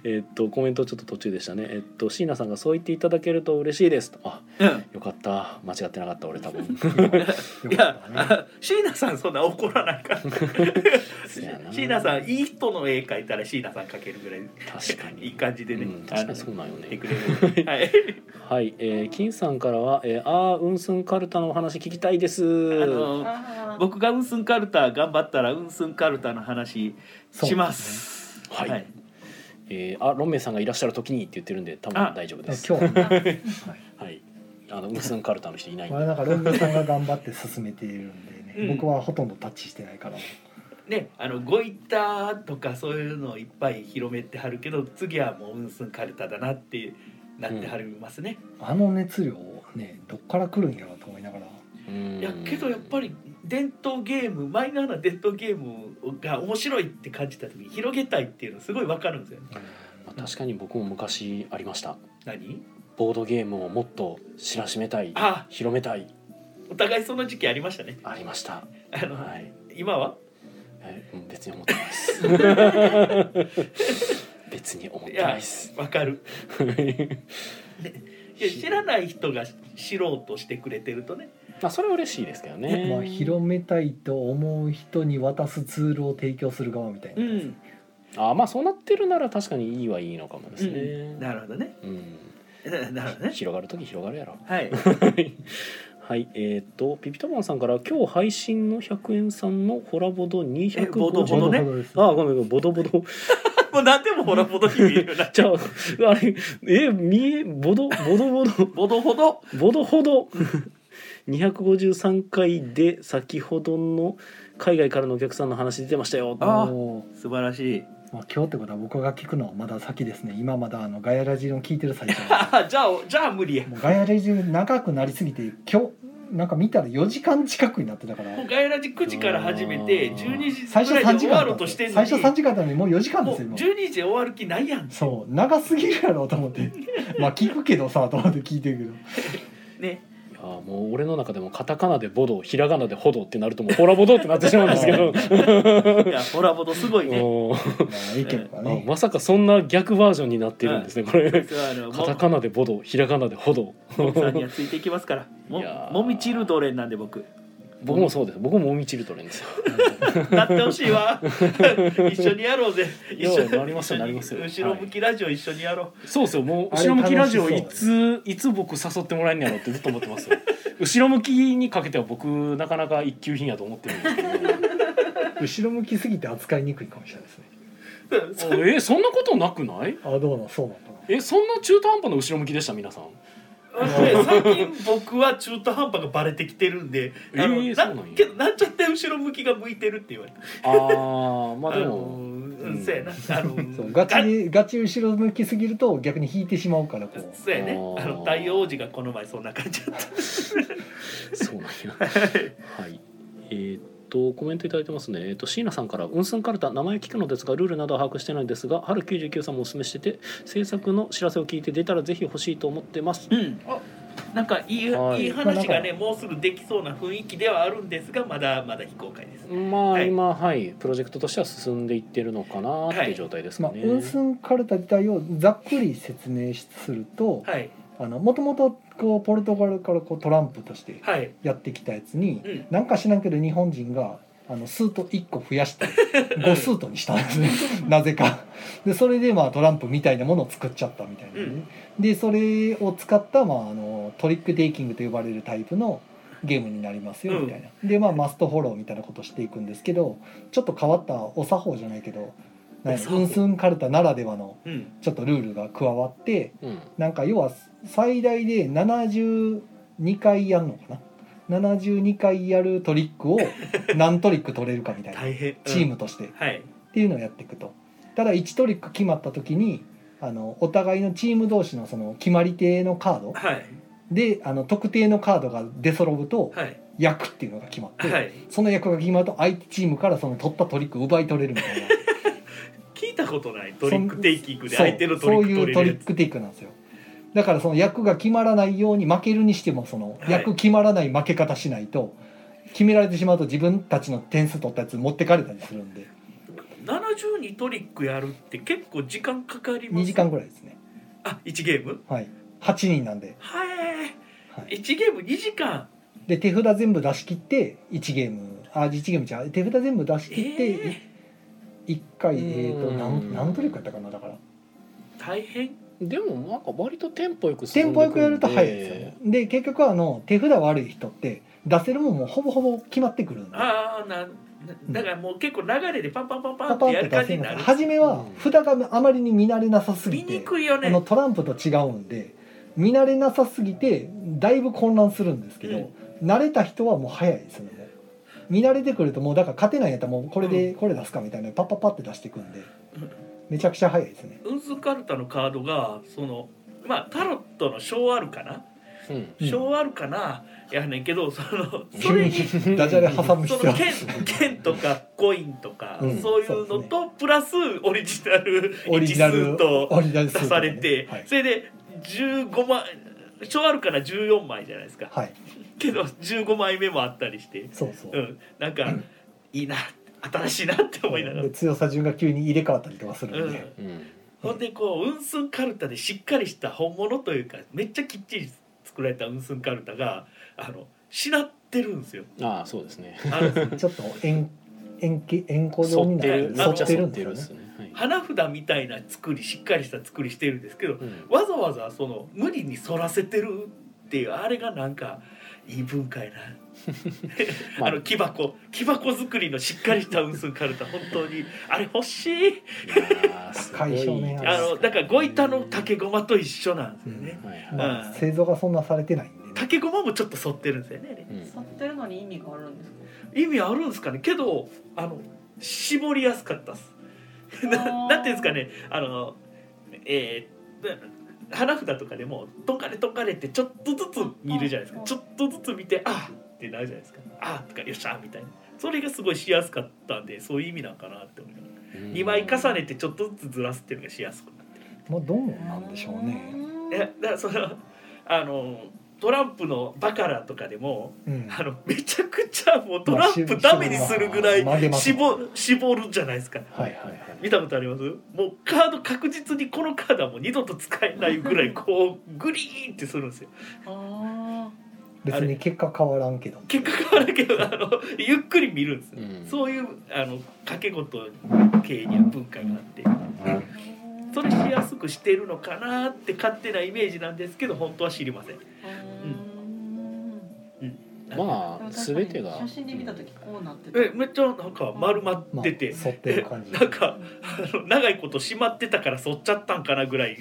えっとコメントちょっと途中でしたねえっと椎名さんがそう言っていただけると嬉しいですとあ
うん
よかった間違ってなかった俺多
[LAUGHS]
分
いやあ椎名さんそんな怒らないから椎名さんいい人の絵描いたら椎名さん描けるぐらい
確かに
いい感じでね、
うん確かにそうなんよ
あのて
ね
くれるはい
はい、えー、金さんからは、えー、あーうんすんかるたのお話聞きたいです
あの
あー
僕がウンスンカルタ頑張ったらウンスンカルタの話します
はいえー、あロンメイさんがいらっしゃる時にって言ってるんで多分
あ
大丈夫で
今
す
日はね
はいあのうんすんかるたの人いないん
こ
で
れなんかロングさんが頑張って進めているんでね、
うん
僕はほとんどタッチしてないから
ね、あのゴイターとかそういうのをいっぱい広めてはるけど次はもううんすんかるただなってなってはりますね、
あの熱量ねどっから来るんやろうと思いながら
うん
[LAUGHS] いやけどやっぱり伝統ゲームマイナーな伝統ゲームが面白いって感じた時に広げたいっていうのすごいわかるんですよね
まあ確かに僕も昔ありました
何
ボードゲームをもっと知らしめたい
あ
広めたい
お互いその時期ありましたね
ありました
あの
はい、
今は
えーうん別に思ってないです
[LAUGHS]
[LAUGHS] 別に思っ
い
てない
や
です
わかる
はい
いや知らない人が知ろうとしてくれてるとね
[LAUGHS] まあそれは嬉しいですけどね
まあ、広めたいと思う人に渡すツールを提供する側みたいな、
ん
あまあそうなってるなら確かにいいはいいのかもですね、
なるほどね
うん
なるほどね
広がる時広がるやろ
はい
はいえっ、とピピタマンさんから今日配信の100円さんのホラボド
えボド
250
ボドね
です
あごめんごめんボドボド
もう何でもほらボドに見えるよう
[LAUGHS]
になっち
じ
ゃ
ゃああれえ見えボドボドボド
うボドほど
ボドほど253回で先ほどの海外からのお客さんの話出てましたよ
あ
おー
素晴らしい
まあ、今日ってことは僕が聞くのはまだ先ですね今まだあのガヤラジの聞いてる最中なんで
あじゃあじゃあ無理や [LAUGHS]
もうガヤラジ長くなりすぎて今日なんか見たら4時間近くになってたから
もうガイラジ9時から始めて12時
最
ぐ
初
ら
3
い
時
で終
間
わ
だ
ろ
っ
う
た
と
ん
して
で
ん
す
の
最
に
初3時間だのにもう4時間
も
で
う
すよ今
12時で終わる気ないやん
そう [LAUGHS] 長すぎるやろうと思ってまあ聞くけどさと思って聞いてるけど
ね
いやあーもう俺の中でもカタカナでボドひらがなでほどってなるともうホラボドってなってしまうんですけど
いやコラボとすごいね
もう
まあ意見が
あ
ね
まさかそんな逆バージョンになってるんですね、これ
実はあの
カタカナでボドひらがなでほど
もみさんにはついていきますからも
いやー
もみチルドレンなんで僕
僕もそうです僕ももみちるとれんですよ
なってほしい
[LAUGHS]
わ一緒にやろうぜ一緒
いやなりますよなりますよ
後ろ向きラジオ一緒にやろ
そうですよもう
あ
後
れ
ろ向きラジオい
楽し
ついつ僕誘ってもらえんやろってずっと思って [LAUGHS] ますよ後ろ向きにかけては僕なかなか一級品やと思ってるんですけ [LAUGHS] ど
後ろ向きすぎて扱いにくいかもしれないですね
あえそんなことなくない
あどうなそうなのか
えそんな中途半端な後ろ向きでした皆さん
で [LAUGHS] 最近僕は中途半端がバレてきてるんで、
えー
あの
そうなんや
けどなんちゃって後ろ向きが向いてるって言われた。
あーまあで
の
も
うんそうやな。あの
なそうガチにガチ後ろ向きすぎると逆に引いてしまうからこう
そうや
あ
ね。
ー
あの太陽王子がこの前そんな感じだった。
そうなんやはいえーっとコメントいただいてますねえーっと椎名さんから「うんすんかるた名前聞くのですがルールなどは把握してないんですが春99さんもおすすめしてて制作の知らせを聞いて出たらぜひ欲しいと思ってます」
ううん
なんかいい,、、
はいい
い話がねもうすぐできそうな雰囲気ではあるんですがまだまだ非公開です。
まあ、
はい
今はいプロジェクトとしては進んでいってるのかなっていう状態です
ま
か
あ、
ね。
ウンスンカルタ自体をざっくり説明すると
はい
もともとこうポルトガルからこうトランプとして
はい。
やってきたやつに
うん。
なんか知らんけど日本人があのスート1個増やして5スートにしたんですねなぜかでそれでまあトランプみたいなものを作っちゃったみたいなね、
うん
でそれを使った、まあ、あのトリックテイキングと呼ばれるタイプのゲームになりますよみたいな、でまあマストフォローみたいなことしていくんですけどちょっと変わったお作法じゃないけどなんや
お作法
ウンスンカルタならではの
うん。
ちょっとルールが加わって
うん
なんか要は最大で72回やるのかな72回やるトリック
[LAUGHS]
を何トリック取れるかみたいな
大変。うん
チームとしてっ
はい。
ていうのをやっていくとただ1トリック決まった時にあのお互いのチーム同士のその決まり手のカード
はい
であの特定のカードが出揃うと
はい
役っていうのが決まって、
はい。
その役が決まると相手チームからその取ったトリックを奪い取れるみたいな
聞いたことないトリックテイキングで
そう
相手のトリック
そうい
取
うト
れ
リ
る
ックテイクなんですよだからその役が決まらないように負けるにしてもその
はい
役決まらない負け方しないと決められてしまうと自分たちの点数取ったやつ持ってかれたりするんで
やつ。72トリックやるって結構時間かかります。
2時間ぐらいですね
あ1ゲーム
はい8人なんで
は
はい
い1ゲーム2時間
で手札全部出し切って1ゲームあ1ゲームじゃ手札全部出し切っ
え
て1回えーと
うん
何何トリックやったかなだから
大変
でもなんか割とテンポよく
テ
進んで
ン
く
ポ
る
よ
ん
くやると早いですよねで結局あの手札悪い人って出せるもんもほぼほぼ決まってくるんで
ああなんだからもう結構流れでパンパンパンパンっ
パ
て
ン
や
って
る感
出
じ
せ
にな
ない
る
初めは札があまりに見慣れなさすぎ
見
て、
にくいよね
あのトランプと違うんで見慣れなさすぎてだいぶ混乱するんですけど、慣れた人はもう早いですよねもう見慣れてくるともうだから勝てないんやったらもうこれでこれ出すかみたいなパッパッパって出していくんでめちゃくちゃ早いですね
ウンスカルタのカードがそのまあタロットの小あるかな
うん
うん
小あるかなやねんけどそのそ
急
れ
に
に
ダジャレ挟む
そ
必要
の
は
剣剣とかコインとか、
うん
そういうのとプラスオリジナル
オリジナル
一数と
オリジナル数
出
と
さ
かね
れて、
はい
それで15枚小あるから14枚じゃないですか
はい、
けど15枚目もあったりして、
そうそう
う、ん、なんか、いいな新しいなって思いながら
で。強さ順が急に入れ替わったりとかする
うん
で、
ん、
うん
ほんでこうウンスンカルタでしっかりした本物というかめっちゃきっちり作られたウンスンカルタがあのしなってるんですよ。
ああそうですね
あ [LAUGHS]
[LAUGHS]
の
ちょっと円円形円弧状
沿
に
っ
な
て
って
るめ
る
っち
沿
ゃ
って
沿
る
っ
んで
て
すよ
るっ
ね
すねはい
花札みたいな作りしっかりした作りしてるんですけど
うん
わざわざその無理に反らせてるっていうあれがなんかいい文化やな。
ま
あ
あ
の木箱木箱作りのしっかりしたウンスンカルタ本当にあれ欲しい
いやーすごい
高い少年
あのだからゴイタの竹ごまと一緒なんですよね。
はいはい
ま
うん
あ、製造がそんなされてないんで、ね、
竹ごまもちょっと反ってるんですよね。
うん
剃ってるのに意味があるんですか
意味あるんですかねけどあの絞りやすかったっすな
あー
[LAUGHS] なんていうんですかねあのえーな花札とかでも「とかれとかれ」ってちょっとずつ見るじゃないですか
うん
ちょっとずつ見て「あーってなるじゃないですか「あーとか「よっしゃ」みたいなそれがすごいしやすかったんでそういう意味なんかなって思います
うん
2枚重ねてちょっとずつずらすっていうのがしやすくなって
まあ、どうなんでしょうね。
えだからそのあのトランプのバカラとかでも
うん
あのめちゃくちゃもうトランプダメにするぐらい
まあしし
絞絞るじゃないですか
はいはいはい
見たことありますもうカード確実にこのカードはもう二度と使えないぐらいこうグリーンってするんですよ
あ
別に結果変わらんけど
結果変わるけどあのゆっくり見るんですよ、
うん
そういうあの掛け事系には文化があってそれしやすくしてるのかなって勝手なイメージなんですけど本当は知りません
あうん
まあ
でも確かに
全てが
写真で見た時こうなってた
えめっちゃなんか丸まってて、
まあ、沿ってる感じ
なんかあの長いこと閉まってたから剃っちゃったんかなぐらい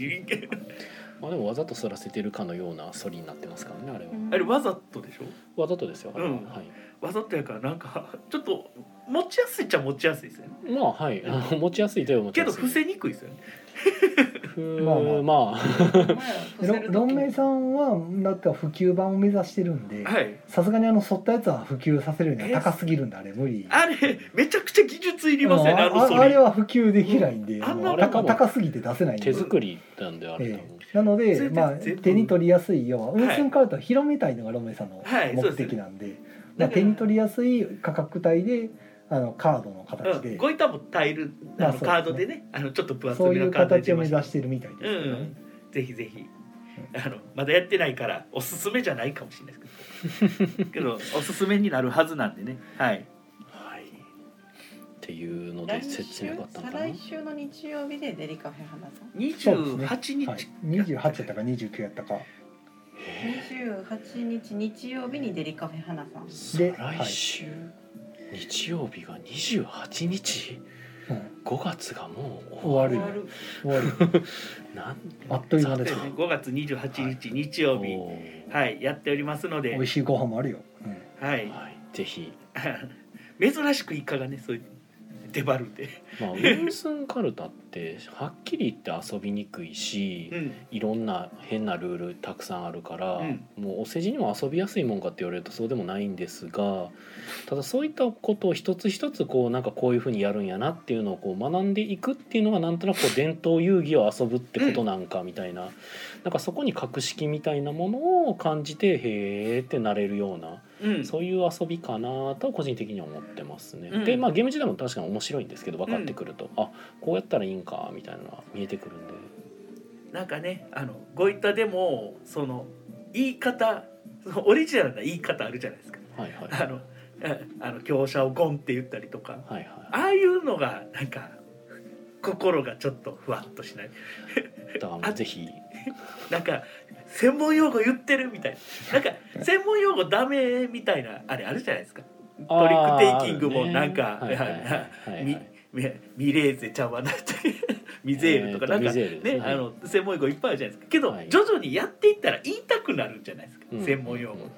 まあでもわざと反らせてるかのような反りになってますからねあれは
あれわざとでしょ
わざとですよあれは、
うん
はい
わざとやからなんか [LAUGHS] ちょっと持ちやすいっちゃ持ちやすいですよね
まあはい [LAUGHS] あの持ちやすい手を持ち
け
や
ど
すい
伏せにくいですよね
ふー
まあまあ
まあ
ロロンメイさんはなんか普及版を目指してるんで
はい
さすがにあの剃ったやつは普及させるには高すぎるんであれ無理
あれめちゃくちゃ技術いりますよねあ
あ
の
ああ
そ
れ
れ
は普及できないんで、
んあん
も
な
あ
う
れか
高
も
高すぎて出せないんで
手作りなんであれ多
え
分、
なので、
全部
まあ、
全部
手に取りやすいよう
は
運
い
寸カルタを広めたいのがロメさんの
はいそ
目
うです
的なんで、まあ、
だから
手に取りやすい価格帯であのカードの形
う
で
ん、ごいたもタイル
ま
あ
あそうで
の
すね
カードでねあのちょっと分厚
そう
め
い
の
う
カードで
形
出
を
ま
目
し
指
た
してるみたいですけ
う
どね、
んぜひぜひあのまだやってないからおすすめじゃないかもしれないです
[LAUGHS]
けどけど
おすすめになるはずなんでねはい
はいっていうので
来
説
週
明があったの
再
かな
来週の日曜日でデリカフェ花さん
そうで
28
す
日、
はい、28やったか29やったか
28日日曜日にデリカフェ花さん
再
はい
来週、日曜日が28日
うん
5月がもう終わ
終
る
わる終わる
なん
あっという間
そ
で
うですす
よ
ね5月28日日曜日
おー
はいやっておりますので
美味しいご飯もあるよ、うん
はい
はい、ぜひ
[LAUGHS] 珍しくイカがねそういう出張るんで、 [LAUGHS]
まあウィンスンカルタってはっきり言って遊びにくいし、
うん、
いろんな変なルールたくさんあるから、
うん
もうお世辞にも遊びやすいもんかって言われるとそうでもないんですがただそういったことを一つ一つこうなんかこういうふうにやるんやなっていうのをこう学んでいくっていうのがなんとなくこう伝統遊戯を遊ぶってことなんかみたいな、なんかそこに格式みたいなものを感じてへーってなれるような
うん、
そういう遊びかなと個人的には思ってますね。
うん
でまあゲーム自体も確かに面白いんですけど分かってくると、あこうやったらいいんかみたいなのは見えてくるんで。
なんかねあのごいたでもその言い方そのオリジナルな言い方あるじゃないですか
はいはい
あのああの強者をゴンって言ったりとか
はいはい
ああいうのがなんか心がちょっとふわっとしない
だからもうぜひ
なんか専門用語言ってるみたいななんか専門用語ダメみたいなあれあるじゃないですか
あ
トリッ
ー
クテイキングもなんか、
あるねはいはいはいはい
みみミレーゼちゃんはなんてミゼールとか
えーと
なんか
ミゼールです
ね、
ねはい
あの専門用語いっぱいあるじゃないですかけど、
はい
徐々にやっていったら言いたくなるじゃないですか、
うん
専門用
う
語、
んうんうん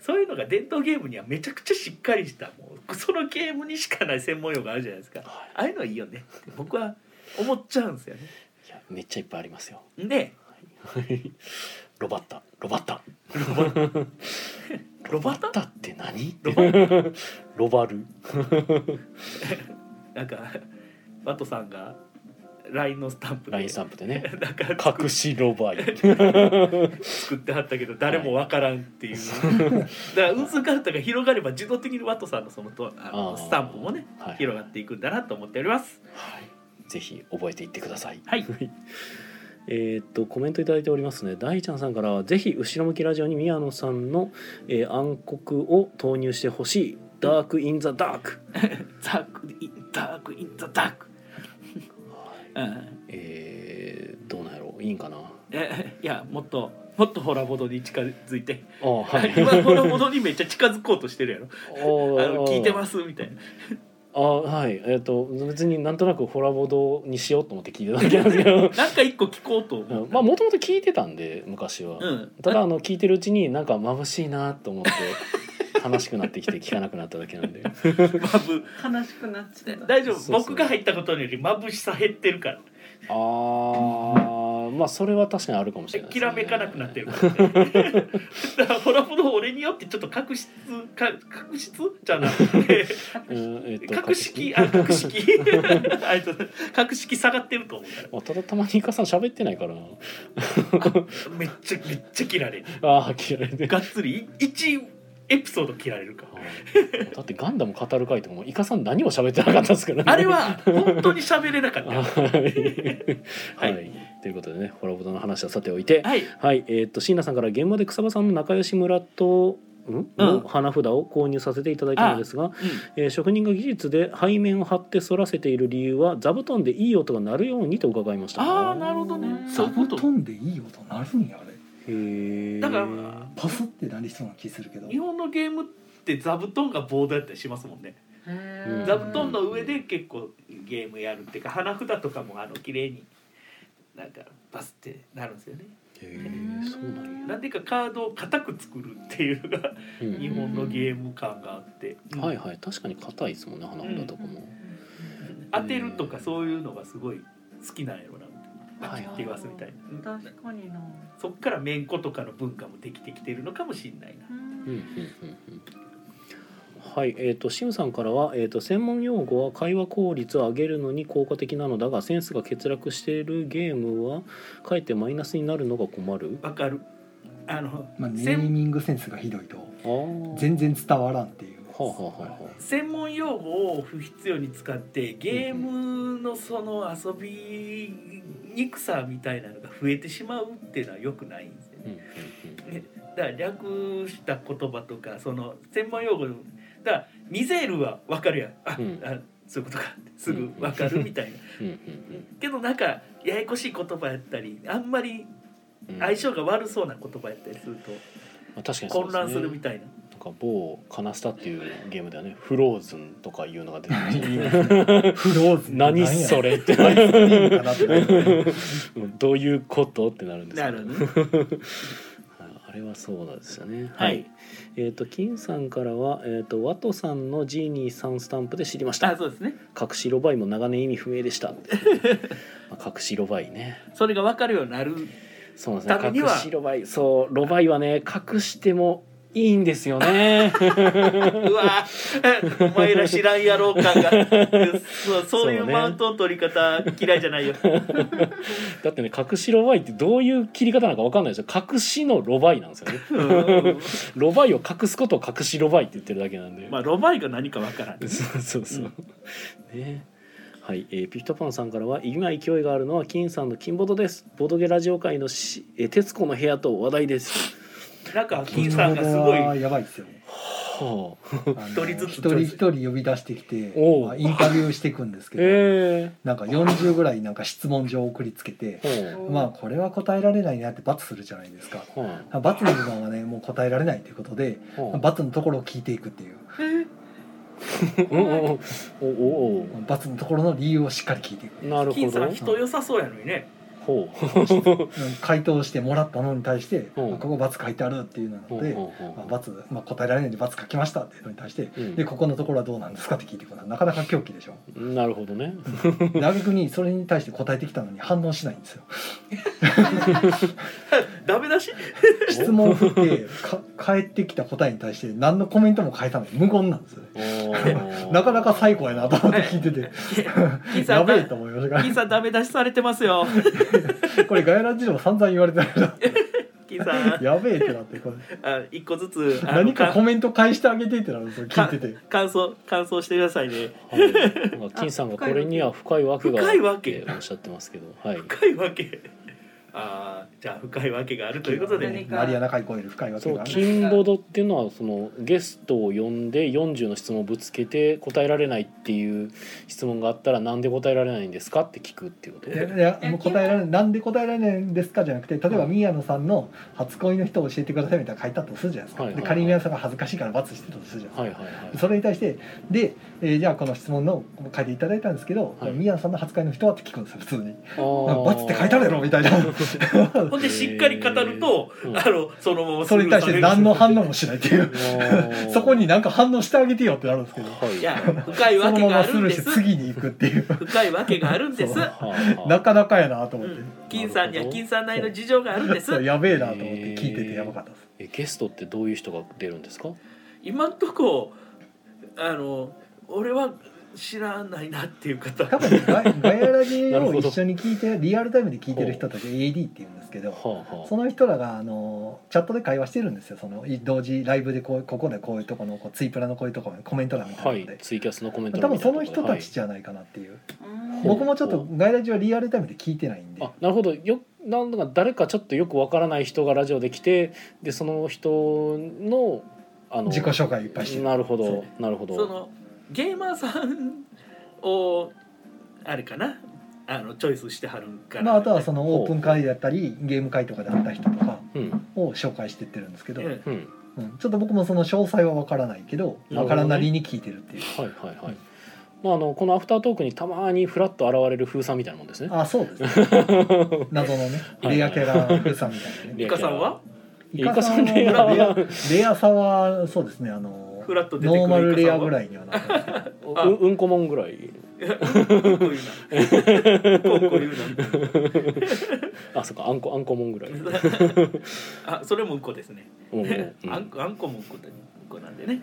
そういうのが伝統ゲームにはめちゃくちゃしっかりしたもうそのゲームにしかない専門用語あるじゃないですか
はい
ああいうのいいよねって僕は思っちゃうんですよね
いやめっちゃいっぱいありますよ。 [LAUGHS]
で
ロバッタロバッタ
ロバタ
タって何？
ロバタ
[LAUGHS] ロバル
なんか [LAUGHS] ワトさんが LINE のスタンプで
ラインスタンプでね。
[LAUGHS] なんか作
隠しロバイ。
作ってはったけど誰もわからんっていう、だから運送カルタが広がれば自動的にワトさんのそのとあの
あー
スタンプもね、
はい
広がっていくんだなと思っております
はい、ぜひ覚えていってください。
はい。
えーっとコメントいただいておりますね。大ちゃんさんからはぜひ後ろ向きラジオに宮野さんの、えー暗黒を投入してほしい。ダークインザダーク。
ザクインダークインザダーク、うん
えー、どうなんやろういいんかな。
えいやもっともっとホラボドに近づいて、
あー [LAUGHS] はい。
[LAUGHS] 今ホラボドにめっちゃ近づこうとしてるやろ
おー
あの聞いてますみたいな
あはいえっ、と別になんとなくホラボドにしようと思って聞いてただけなんですけ [LAUGHS] ど
なんか一個聞こう
う
と思っ
んまあもともと聞いてたんで昔は、
たうん
ただあの聞いてるうちになんか眩しいなと思って悲しくなってきて聞かなくなっただけなんで
マブ
悲しくなっちゃった
大丈夫
そうそう
僕が入ったことにより眩しさ減ってるから
あーああまあそれは確かにあるかもしれないです
き
ね
らめかなくなってるから、ね、だからほらほど俺によってちょっと確執か確執じゃなくて
うんえっと
格式あ格式 [LAUGHS] あいつ格式下がってると思うか
まあただたまにイカさん喋ってないから
らめっちゃめっちゃ切られる
ああ嫌い
[LAUGHS]
で
がっつり1エピソード切られるから
だってガンダム語る回とかもイカさん何も喋ってなかったですからね
あれは本当に喋れなかっ
は
た
い、は
はい
い、ということでねホラボドの話はさておいて
はい
はいえーっと椎名さんから現場で草場さんの仲良し村とんの花札を購入させていただいたのですが、えー職人が技術で背面を張って反らせている理由は座布団でいい音が鳴るようにと伺いました
ああなるほどね
座
そういうこ
布
と
団でいい音鳴るんやあれ
へー
だから
パスってなりそうな気するけど
日本のゲームって座布団がボードやったりしますもんね
うん
座布団の上で結構ゲームやるっていうか花札とかもあの綺麗になんかバスってなるんですよね
へーそうなんや
なんでかカードを硬く作るっていうのが
うん
日本のゲーム感があって、うん
はいはい確かに硬いですもんね花札とかも、
当てるとかそういうのがすごい好きなんやろなパ
はい
チって言わすみたいな、うん
確かにな。
そっからめんことかの文化もできてきてるのかもしんないな
うんうんうんうんはい、えー、とシムさんからは、えーと「専門用語は会話効率を上げるのに効果的なのだがセンスが欠落しているゲームはかえってマイナスになるのが困る
わかるあの、
まあ、ネ
せ
ー
ん
ミングセンスがひどいと」
あー
全然伝わらんっていう
はあはあはあは
専門用語を不必要に使ってゲームのその遊びにくさみたいなのが増えてしまうっていうのは良くないんですよね
うんうん
ねだから略した言葉とかその専門用語だから「ミゼール」は分かるやんあ、
うん
あそういうことかすぐ分かるみたいな、
うんうんうん
けどなんかややこしい言葉やったりあんまり
うん
相性が悪そうな言葉やったりすると
まあ確かにそうです
混
ね
乱するみたいな、
なんか某「カナスタ」っていうゲームではね「フローズン」とかいうのが出て
[LAUGHS]
きて
フローズン
何そ
れ
れって
何や何やかなってなる
どういうことってなるんです
な
け
る
ど
ほどね
はいあれはそうなんですよね。は。
はいい
えっ、と金さんからはえっ、とワトさんのジーニーさんスタンプで知りまし
あ
た。
そうですね
隠しロバイも長年意味不明で
[LAUGHS]
した。まあ隠しロバイね。
それが分かるようになる
そうなんです
た
ね。
め
隠
には
しロバイ、そうロバイはね隠してもいいんですよ
[LAUGHS]
ね。
うわーお前ら知らんやろう感がそうそ
そう
ういう
ね
マウントの取り方嫌いじゃないよ
だってね隠しロバイってどういう切り方なのかわかんないですよ。隠しのロバイなんですよね。
うん
ロバイを隠すことを隠しロバイって言ってるだけなんで。
まあロマイが何か分からん
そうそうそう。ね。はい、えーピピタパンさんからは今勢いがあるのは金さんの金ボトです。ボドゲラジオ界のし、えー徹子の部屋と話題です。
なんか金さんがすご
こ
い
れはやばいですよ
はあ。
あの
一人ずつ
一人一人呼び出してきて
おう
まあインタビューしていくんですけど、
え
なんか40ぐらいなんか質問状を送りつけて
えー。
まあこれは答えられないなって罰するじゃないですか
ほう。は
罰の部分はねもう答えられないということで
あ。はあ。
罰のところを聞いていくっていう
うんうんうん。おお
罰のところの理由をしっかり聞いていく
お。なるほ
金さ
ど
ん。人良さそうやのにね
ほう。
うん回答してもらったのに対して「
うん
あここ罰書いてある」っていうの
ほう
で
ほう
まあ
ほ
罰、まあ、答えられないんで罰書きましたっていうのに対して、
うん
でここのところはどうなんですかって聞いてくるのはなかなか狂気でしょ
う。なるほどね。
で挙句にそれに対して答えてきたのに反応しないんですよ
ダメ出し
質問を振ってか返ってきた答えに対して何のコメントも返さない無言なんですよね
おー
なかなか最高やなと思って聞いてて
金さ
や
ん [LAUGHS]
べえと思いました
金さんダメ出しされてま
[LAUGHS]
すよ
がこれガヤラジでも散々言われてた
[LAUGHS]
から
金さん
やべえってなってこれ
あ一個ずつあの
何か
か
コメント返してあげてってなるんですよ聞いてて
感想感想してくださいね
はいなんか金さんがこれには深い枠が。
深いわけ
っておっしゃってますけど。はい。
深いわけあーじゃあ深いわけがあるということで、
何か
マリアナ海溝より深いわけ
そう
がある
金ボドっていうのはそのゲストを呼んで40の質問をぶつけて答えられないっていう質問があったらなんで答えられないんですかって聞くっていうこと
いやいやもう答えられないなんで答えられないんですかじゃなくて例えば宮野さんの初恋の人を教えてくださいみたいなの書いてあったとするじゃないですか、
はいはいはい
で仮に宮野さんが恥ずかしいから罰してたとするじゃないですか、
はいはいはい
[LAUGHS] それに対してで、えーじゃあこの質問の書いていただいたんですけど、
はい
宮野さんの初恋の人はって聞くんですよ普通に
あー
罰って書いてあるやろみたいな
ほんでしっかり語ると、
うん
あのそのまま
それに対して何の反応もしないっ
[LAUGHS]
ていうそこに
な
なんか反応してあげてよってなるんですけど
はい
いや深い
そ
わ
の
け
ま
が
ま
あ
ス
るん
ルー
で
して
す
次に行くっていう
深いわけがあるんです、
そう
はあはあ
なかなかやなと思
う
って
ん、金さんには金さんなりの事情があるんです
そうやべえなと思って聞いててやばかったです
えゲストってどういう人が出るんですか
今んとこあの俺は知らないなっていう方
多分ガガヤラジ
なる
を
ほど
一緒に聞いてリアルタイムで聞いてる人たち AD っていうんですけど
はあはあ
その人らがあのチャットで会話してるんですよそのい同時ライブでこうここでこういうとこのこうツイプラのこういうとこのコメント欄みたいな
は
ので、
い、ツイキャスのコメント
多
欄
分
みた
そ
いなと
の
こ
人
ろ
たちじゃないかなっていう、
うん
ほう
僕もちょっとガイラジはリアルタイムで聞いてないんで
はい、あなるほどよなんか誰かちょっとよくわからない人がラジオで来てでその人のあの
自己紹介いっぱいしてる
なるほ
そう
どなるほど
そのゲーマーさんをあれかなあのチョイスしてはるから、
まあ、あとはそのオープン会だったりゲーム会とかで会った人とか
うん
を紹介してってるんですけど、
う
うん
ん
うん
ちょっと僕もその詳細は分からないけど
なるほどね
分からなりに聞いてるっていう、
はいはいはい、まあ、あのこのアフタートークにたまにフラッと現れる風さんみたいなもんですね
あそうです
[LAUGHS]
ね謎のねレアキャラフーさんみたいなね
レ
イ
アキャ
カ
ラ
さんは
イカさん
は
レア
レアレアさはそうですねあの
フラッと出てくる
ノーマルレアぐらい
い
にはなってますけど
あ
ううんこもんぐらい
こうこういうなこうこういう
あそっかあんこあんこもんぐらい、うん
なあそれもうんこですね、
うんうん、
あん [LAUGHS] こあんこもうんこだうんこなんでね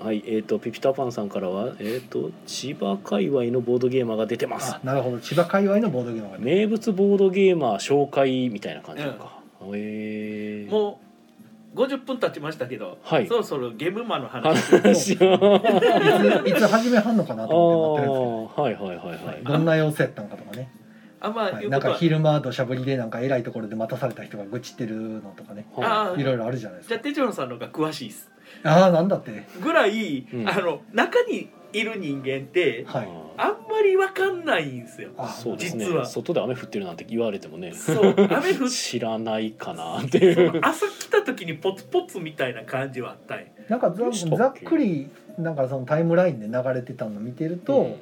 はいえー、とピピタパンさんからは、えーと「千葉界隈のボードゲーマーが出てます
あなるほど千葉界隈のボードゲーム」がね
名物ボードゲーマー紹介みたいな感じなのか、えー
もう50分経ちましたけど、
はい
そろそろゲームマンの
話
話
を
いついつ [LAUGHS] 始めはんのかな
あ
と思って
ー
待ってるんですけど
はいはいはいはい
どんな様子やったんかとかね、
あんま
はい
言う
な
こ
ん
と
か
は、
昼間土砂降りでなんか偉いところで待たされた人が愚痴ってるのとかね
はい
あー
いろいろあるじゃないです
じゃ
か
あテチロンさんの方が詳しいです
ああーなんだって
ぐらい、
うん
あの中にいる人間って
はい
あんまりわかんないんですよ
あ
そうですね
実は
外で雨降ってるなんて言われてもね
そう雨降っ
知らないかなっていう
その朝来た時にポツポツみたいな感じはあったんや
なんかざ
どうしたっけ
ざっくりなんかそのタイムラインで流れてたの見てると、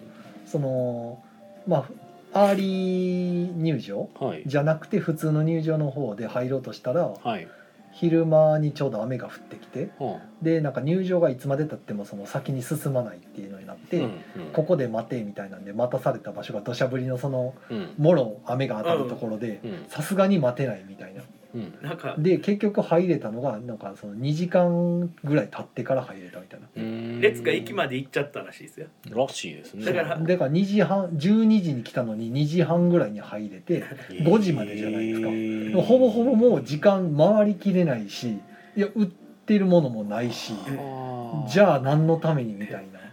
そのまあアーリー入場
うんはい
じゃなくて普通の入場の方で入ろうとしたら
はい、
昼間にちょうど雨が降ってきて
は
でなんか入場がいつまでたってもその先に進まないっていうのになって、ここで待てみたいなんで待たされた場所が土砂降りのその
うんうん
もろ雨が当たるところで
うんうん
さすがに待てないみたいな
うん
なんか
で結局入れたのがなんかその2時間ぐらい経ってから入れたみたいな
うん
列が駅まで行っちゃったらしいですよ
らしいですね
だから
だから2時半12時に来たのに2時半ぐらいに入れて5時までじゃないですか
えー
でもほぼほぼもう時間回りきれないしいや売ってるものもないし
あ
じゃあ何のためにみたいな。
あ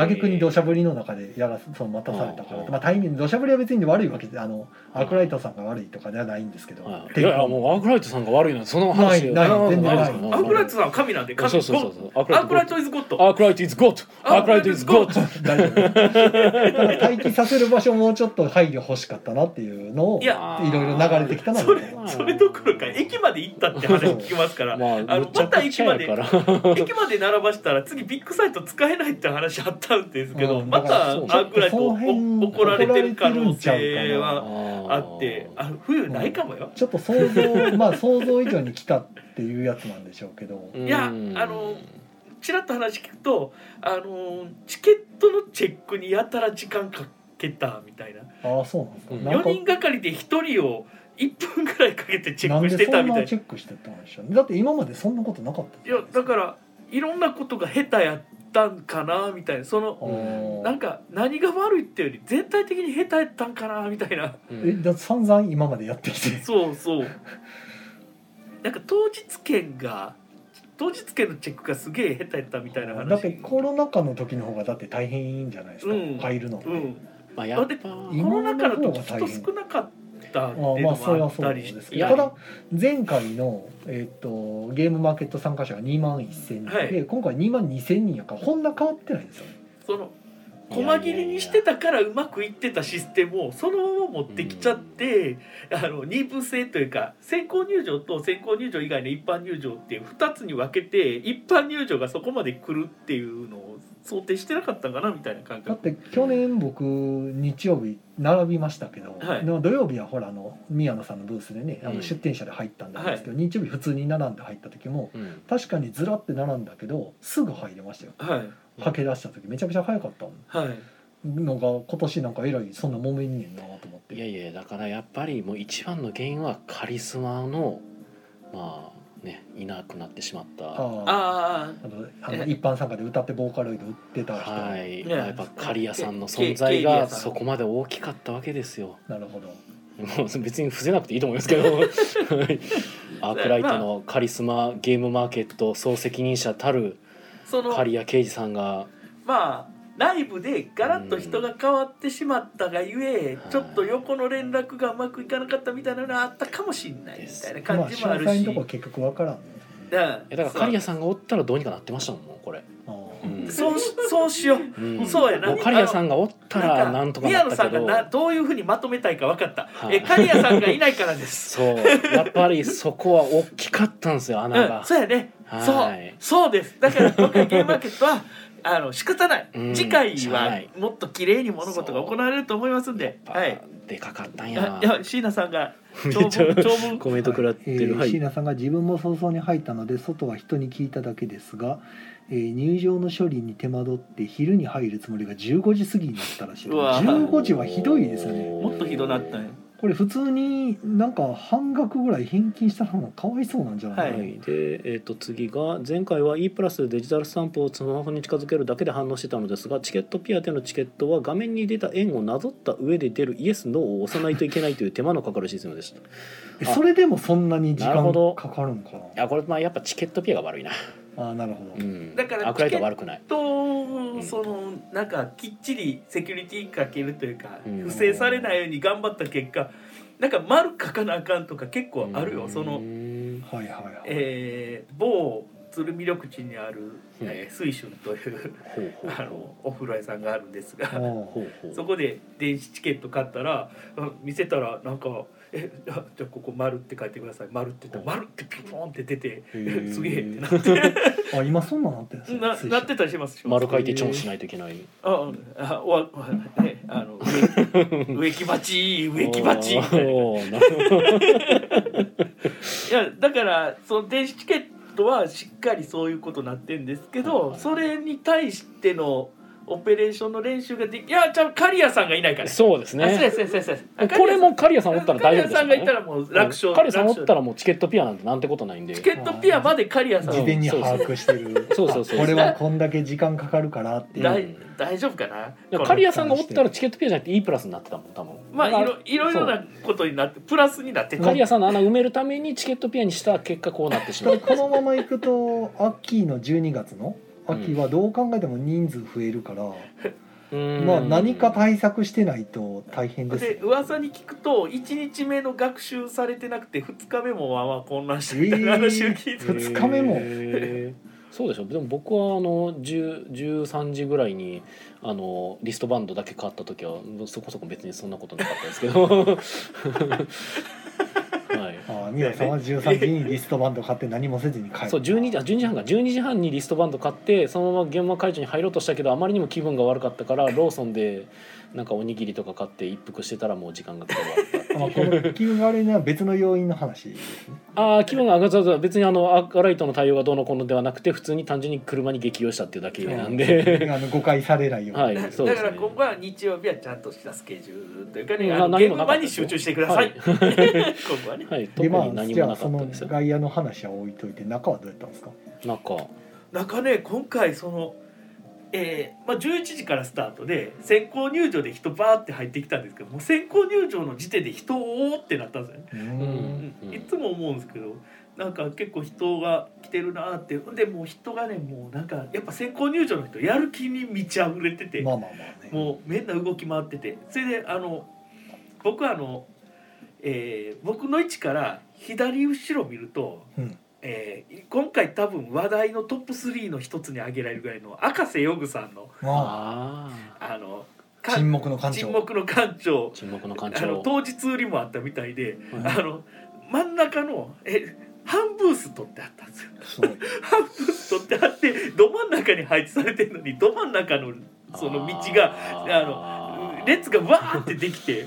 挙句に土砂降りの中でやらその待たされたか
うん
ら、
うん
まあ、タイミング土砂降りは別に悪いわけであのアークライトさんが悪いとかではないんですけど、
いやいやもうアークライトさんが悪いのその話で
ないない全然ない
あ
アークライトさんは神なんで
そう
神
そうそう
ゴ
そうアー
ッアークライ
ト
トイズゴッド
アークライト is God アークライト is God
[LAUGHS] 大丈夫ですだから待機させる場所もうちょっと配慮欲しかったなっていうのを
い
い
や
ろいろ流れてきたな
そ
み
れ
たいな
それどころか駅まで行ったって話聞きますから
まあ
あ
む
の
ちゃ
また
く
駅
ち
ま
ゃ
で
やから
[LAUGHS]
駅まで並ばしたら次ビッグサイト使えないって話あったんですけど、
うん
ま
だから
たア
そう
ークライト
その辺
お怒られてる可能
怒られてるんち
性
ゃうか
はあ
あ
ってあの冬ないかもよ、
ちょっと想像まあ想像以上に来たっていうやつなんでしょうけど、
い
やあのちらっと話聞くとあのーチケットのチェックにやたら時間かけたみたいな
ああそうなんですか
うん
なんか
4人がかりで1人を1分ぐらいかけてチェ
な
ッ
ん
ク
で
して
そ
た
ん
みた
ない
な
チェックしてたんでしょうねだって今までそんなことなかった
いやだからいろんなことが下手やったんかなみたいなその
あー
なんか何が悪いっていうより全体的に下手やったんかなみたいな。
えだって散々今までやってきて
そうそう。なんか当日券が当日券のチェックがすげえ下手やったみたいな話。
だってコロナ禍の時の方がだって大変じゃないですか、
うん
入るのって、
うん。
まあ
だ
やっ
って
ぱ
コロナ禍の
今
時人
の方が大変
少なかったって
まあま
いうの
あそれ
もあ
は
っ
そうな
た
ん
り
で
し
すけ
て。
ど
や
ただ前回の、えっとゲームマーケット参加者が2万1000人で、
はい
今回2万2000人やからこんな変わってないんですよね
その細切りにしてたからうまくいってたシステムをそのまま持ってきちゃって、あの二部制というか先行入場と先行入場以外の一般入場っていう2つに分けて一般入場がそこまで来るっていうのを想定してなかったんかなみたいな感
だっ
覚
て去年僕日曜日並びましたけど、
はい
でも土曜日はほらあの宮野さんのブースでねあ
うん
の出店者で入ったんですけど、日曜日普通に並んで入った時も
うん
確かにずらって並んだけどすぐ入れましたよ
はい
駆け出した時めちゃくちゃ早かった
はい
のが今年なんかえらいそんな揉めんねんなと思って
いやいやだからやっぱりもう一番の原因はカリスマのまあねいなくなってしまった
あ
あ
ーあのあの一般参加で歌ってボーカロイド売ってた人、
はい、
ね
やっぱ刈谷さんの存在
け
が
け
そこまで大きかったわけですよ。
なるほど
もう別に伏せなくていいと思いますけ
[LAUGHS]
どはいアークライトのカリスマゲームマーケット総責任者たる
あその
刈谷啓二さんが
まあライブでガラッと人が変わってしまったがゆえ、
うん
ちょっと横の連絡がうまくいかなかったみたいなのがあったかもしれないみたいな
ま
感
あ詳
じもある
細の
し、
とこは結局わからんね
いやだから刈谷さんがおったらどうにかなってましたもんもうこれ。
あ
う
ー
ん
そうそうしそうしよう
うん
そうやな
もう刈谷さんがおったらなんとかな
宮野
っ
さ
た
ん
け
が
ど。
などういうふうにまとめたいか分かった、
はい
え刈谷さんがいないからで
[LAUGHS]
す
そうやっぱりそこは大きかったんですよ穴
うん
が、。
そうやね、
はい
そうそうですだから今回ゲームマーケットはあの仕方ない、
うん
次回
は
はいもっと綺麗に物事が行われると思いますんで
やっぱ
はい
でかかったん
い
や
や。いや椎名さんが
めっ [LAUGHS]
長
ちゃ
文長文
コメント食らってる。
えー
はい
椎名さんが自分も早々に入ったので外は人に聞いただけですが、えー入場の処理に手間取って昼に入るつもりが15時過ぎになったらしいう
わ
15時はひどいですね
もっとひどなったんや
これ普通になんか半額ぐらい返金したのがかわいそうなんじゃない
は
はいい、で、えー、と次が前回は E プラスでデジタルスタンプをスマホに近づけるだけで反応してたのですがチケットピアでのチケットは画面に出た円をなぞった上で出るイエス・ノーを押さないといけないという手間のかかるシステムでしたい
えそれでもそんなに時
なる
間
ほど
かかるんかな
やこれまあやっぱチケットピアが悪いな、
ああなるほど、
うん、
だから
アクライトは悪くない
とそのなんかきっちりセキュリティかけるというか、
うん
不正されないように頑張った結果なんか丸書かなあかんとか結構あるよ、その、
うん
はいはいはい、
えー某鶴見緑地にある、
うん
えー水春という
ほうほう
あのお風呂屋さんがあるんですが
あー
ほうほう
そこで電子チケット買ったらあ見せたらなんか「えあじゃあここ丸って書いてください丸って言ったら丸ってピコーンって出て
ー
すげえってなって
あ今そんなんなってるんですね
な
水
な
車
ってたりします
丸書いてチョンしないといけない
ああおわおねあの植木植木鉢植木鉢みたいない
おーなるほど
やだからその電子チケットはしっかりそういうことになってんですけ
はい
ど
はい
それに対してのオペレーションの練習ができいやじゃあ刈谷さんがいないから
そうです
あそうで
ね
すそうですそうですあ
これも刈谷さんおったら大丈夫
刈谷
で
さんがい
す
た
から
もう楽勝
刈谷さんおっ
楽勝
たらもうチケットピアなんてなんてことないんで
チケットピアまで刈谷さん
事
を
前に把握してる
そうそうそう
あこれはこんだけ時間かかるからっていう
大
うん
大丈夫かな
だ
こ
から
の
刈谷さんがおったらチケットピアじゃなくて E プラスになってたもん多分
まあい
だから
ろいろいろなことになってプラスになって
刈谷さんの穴埋めるためにチケットピアにした結果こうなってしまう
このまま行くと秋の12月の秋はどう考えても人数増えるから、まあ何か対策してないと大変です、
で噂に聞くと1日目の学習されてなくて2日目もまあまあ混乱してみたいな話を聞いて、
え二日目も
もそうでしょでも僕はあの10 13時ぐらいにあのリストバンドだけ買った時はそこそこ別にそんなことなかったですけど [LAUGHS] はい
ああ宮さんは13時にリストバンド買って何もせずに帰る
そう12時あ12時半か12時半にリストバンド買ってそのまま現場会場に入ろうとしたけどあまりにも気分が悪かったからローソンでなんかおにぎりとか買って一服してたらもう時間が来て終わった
あこの気分が悪いのは別の要因の話ですね
ああ気分が上がっちゃう別にあのアークライトの対応がどうのこうのではなくて普通に単純に車に激用したっていうだけなんで
あの誤解されないように、
は
だ
いそう
だ
です
から
ね
今後は日曜日はちゃんとしたスケジュールというかね、
うん
あの
何
現
もなかっ
場
た
に
ですよ
集中してくださ [LAUGHS] い、今後はね
はい特
でま
に
あ
何
じ
も
ゃ
な
あ
か
そ
った
の
んですよ
外野の話は置いといて中はどうやったんですか
なんか
なんかね今回その、えーまあ、11時からスタートで先行入場で人バーって入ってきたんですけどもう先行入場の時点で人をおーってなったんですよね、
うー
うん
ん
うん
いつも思うんですけどなんか結構人が来てるなーってほんでもう人がねもうなんかやっぱ先行入場の人やる気に満ち溢れてて、
まあまあまあね
もうみんな動き回っててそれであの僕はあの、えー僕の位置から左後ろ見ると、
うん
えー今回多分話題のトップ3の一つに挙げられるぐらいの赤瀬ヨグさんの
まあ
ああ
あのか
沈黙の感情
沈黙の館長
沈黙の感
あの
情
当日売りもあったみたいで、あの真ん中のえ半ブース取ってあったんですよ
すごい
半ブース取ってあってど真ん中に配置されてるのにど真ん中のその道が
あー
列がわーってできて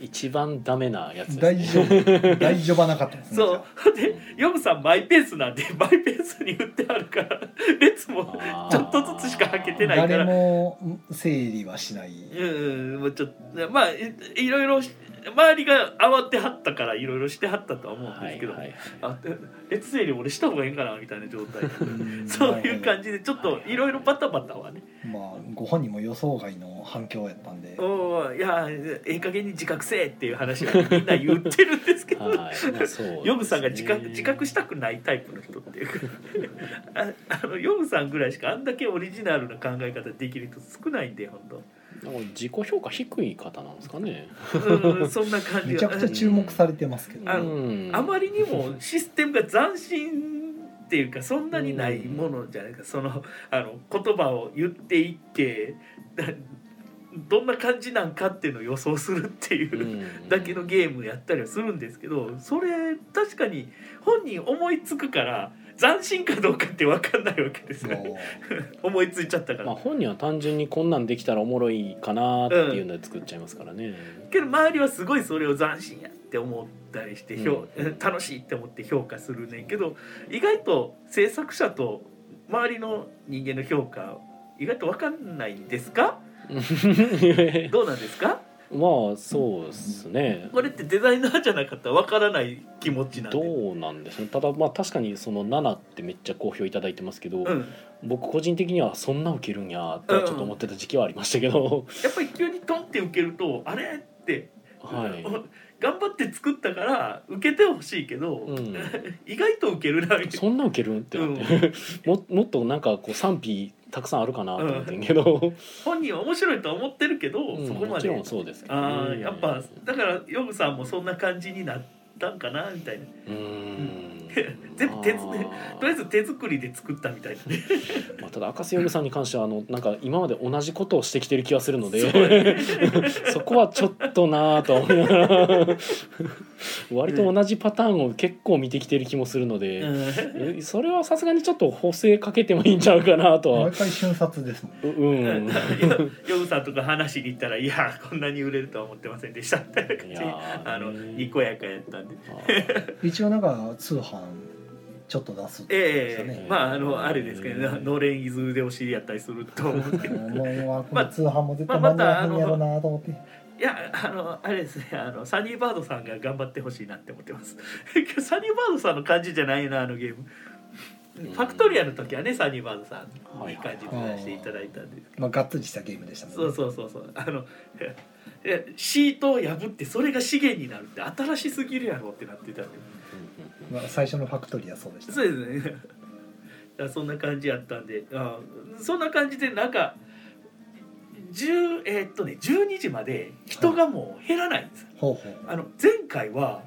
一番ダメなやつ
大
です
丈
ね
夫大丈夫なかったですね
そうでヨブさんマイペースなんで [LAUGHS] マイペースに打ってあるから列も
あー
ちょっとずつしか開けて
じゃ
な
あ
いか
誰
ら
も整理はしない
うんうんもうちょっとまあいいろいろし周りが慌てはったからいろいろしてはったとは思うん
は
です
い
けど、
はい
あで列整理俺した方がいいんかなみたいな状態
ん
そういう感じでちょっといろいろバタバタはね
まあご本人も予想外の反響やったんで
[LAUGHS] おーいやーええ加減に自覚せえっていう話はみんな言ってるんです [LAUGHS] けど、
はいはいまあそうですね
ヨブさんが自覚自覚したくないタイプの人っていうかああのヨブさんぐらいしかあんだけオリジナルな考え方できる人少ないんで本当
なんか自己評価低い方なんですかね
うんそんな感じ
[LAUGHS] めちゃくちゃ注目されてますけど、
う
あの
ん
あまりにもシステムが斬新っていうかそんなにないものじゃないかそのあの言葉を言っていって [LAUGHS] だどんな感じなんかっていうのを予想するっていうう、
ん
だけのゲームやったりはするんですけどそれ確かに本人思いつくから斬新かどうかって分かんないわけですよね
も
[LAUGHS] 思いついちゃったから。
まあ本人は単純にこんなんできたらおもろいかなっていうので作っちゃいますからね、
けど周りはすごいそれを斬新やって思ったりして、評 [LAUGHS] 楽しいって思って評価するねんけど意外と制作者と周りの人間の評価意外と分かんないんです
[LAUGHS]
かどうなんですか
まあそうですね
これってデザイナーじゃなかったら分からない気持ちなんで。
どうなんですねただまあ確かにその7ってめっちゃ好評いただいてますけど、
うん、
僕個人的にはそんな受けるんやってちょっと思ってた時期はありましたけど、
やっぱり急にトンって受けるとあれって、
はい、
[LAUGHS] 頑張って作ったから受けてほしいけど、
うん、
意外と受けるなみたいな。
そんな受けるんってなって、ももっとなんかこう賛否たくさんあるかなと思ってんけど、
本人は面白いとは思ってるけど、
うん
そこ
も
ま
ち
で
ろんそうですけどね、
あーやっぱだからヨブさんもそんな感じになったんかなみたいな
うーん
[LAUGHS] 全部手作りとりあえ
ず、
ず手作りで作ったみたいなね
まあ、ただ赤瀬嫁さんに関してはあのなんか今まで同じことをしてきてる気がするので
そう
[LAUGHS] そこはちょっとなぁとは思いなが
[LAUGHS]
ら割と同じパターンを結構見てきてる気もするので、
うん
えそれはさすがにちょっと補正かけてもいいんちゃうかなと
う
は
毎回瞬殺ですもん
う
[LAUGHS]
うんいや
[LAUGHS] ヨブさんとか話しに行ったら「いやこんなに売れるとは思ってませんでした」みたいな感じで
ー
あのにこやかやったんで
一応なんか通販ちょっと出すってことですよ
ええ
ね、
まああのあれですけどねのれん伊豆でお尻やったりすると思うんで
もうもう
まあ
通販も絶対
まあ
間
ま
に合
た
わへんやろなと思って、
いやあのあれですねあのサニーバードさんが頑張ってほしいなって思ってます [LAUGHS] サニーバードさんの感じじゃないなあのゲーム
うん
ファクトリアの時はねサニーバードさん
はい
にいい
はい
感じで出していただいたんで、
まあ、がっつりしたゲームでしたもんね
そうそうそうそうあのええシートを破ってそれが資源になるって新しすぎるやろってなってたんで
まあ、最初のファクトリアそうでした、
そうですね [LAUGHS] だからそんな感じやったんであそんな感じでなんか10えーっとね12時まで人がもう減らないんですよ
ほうほう
あの前回は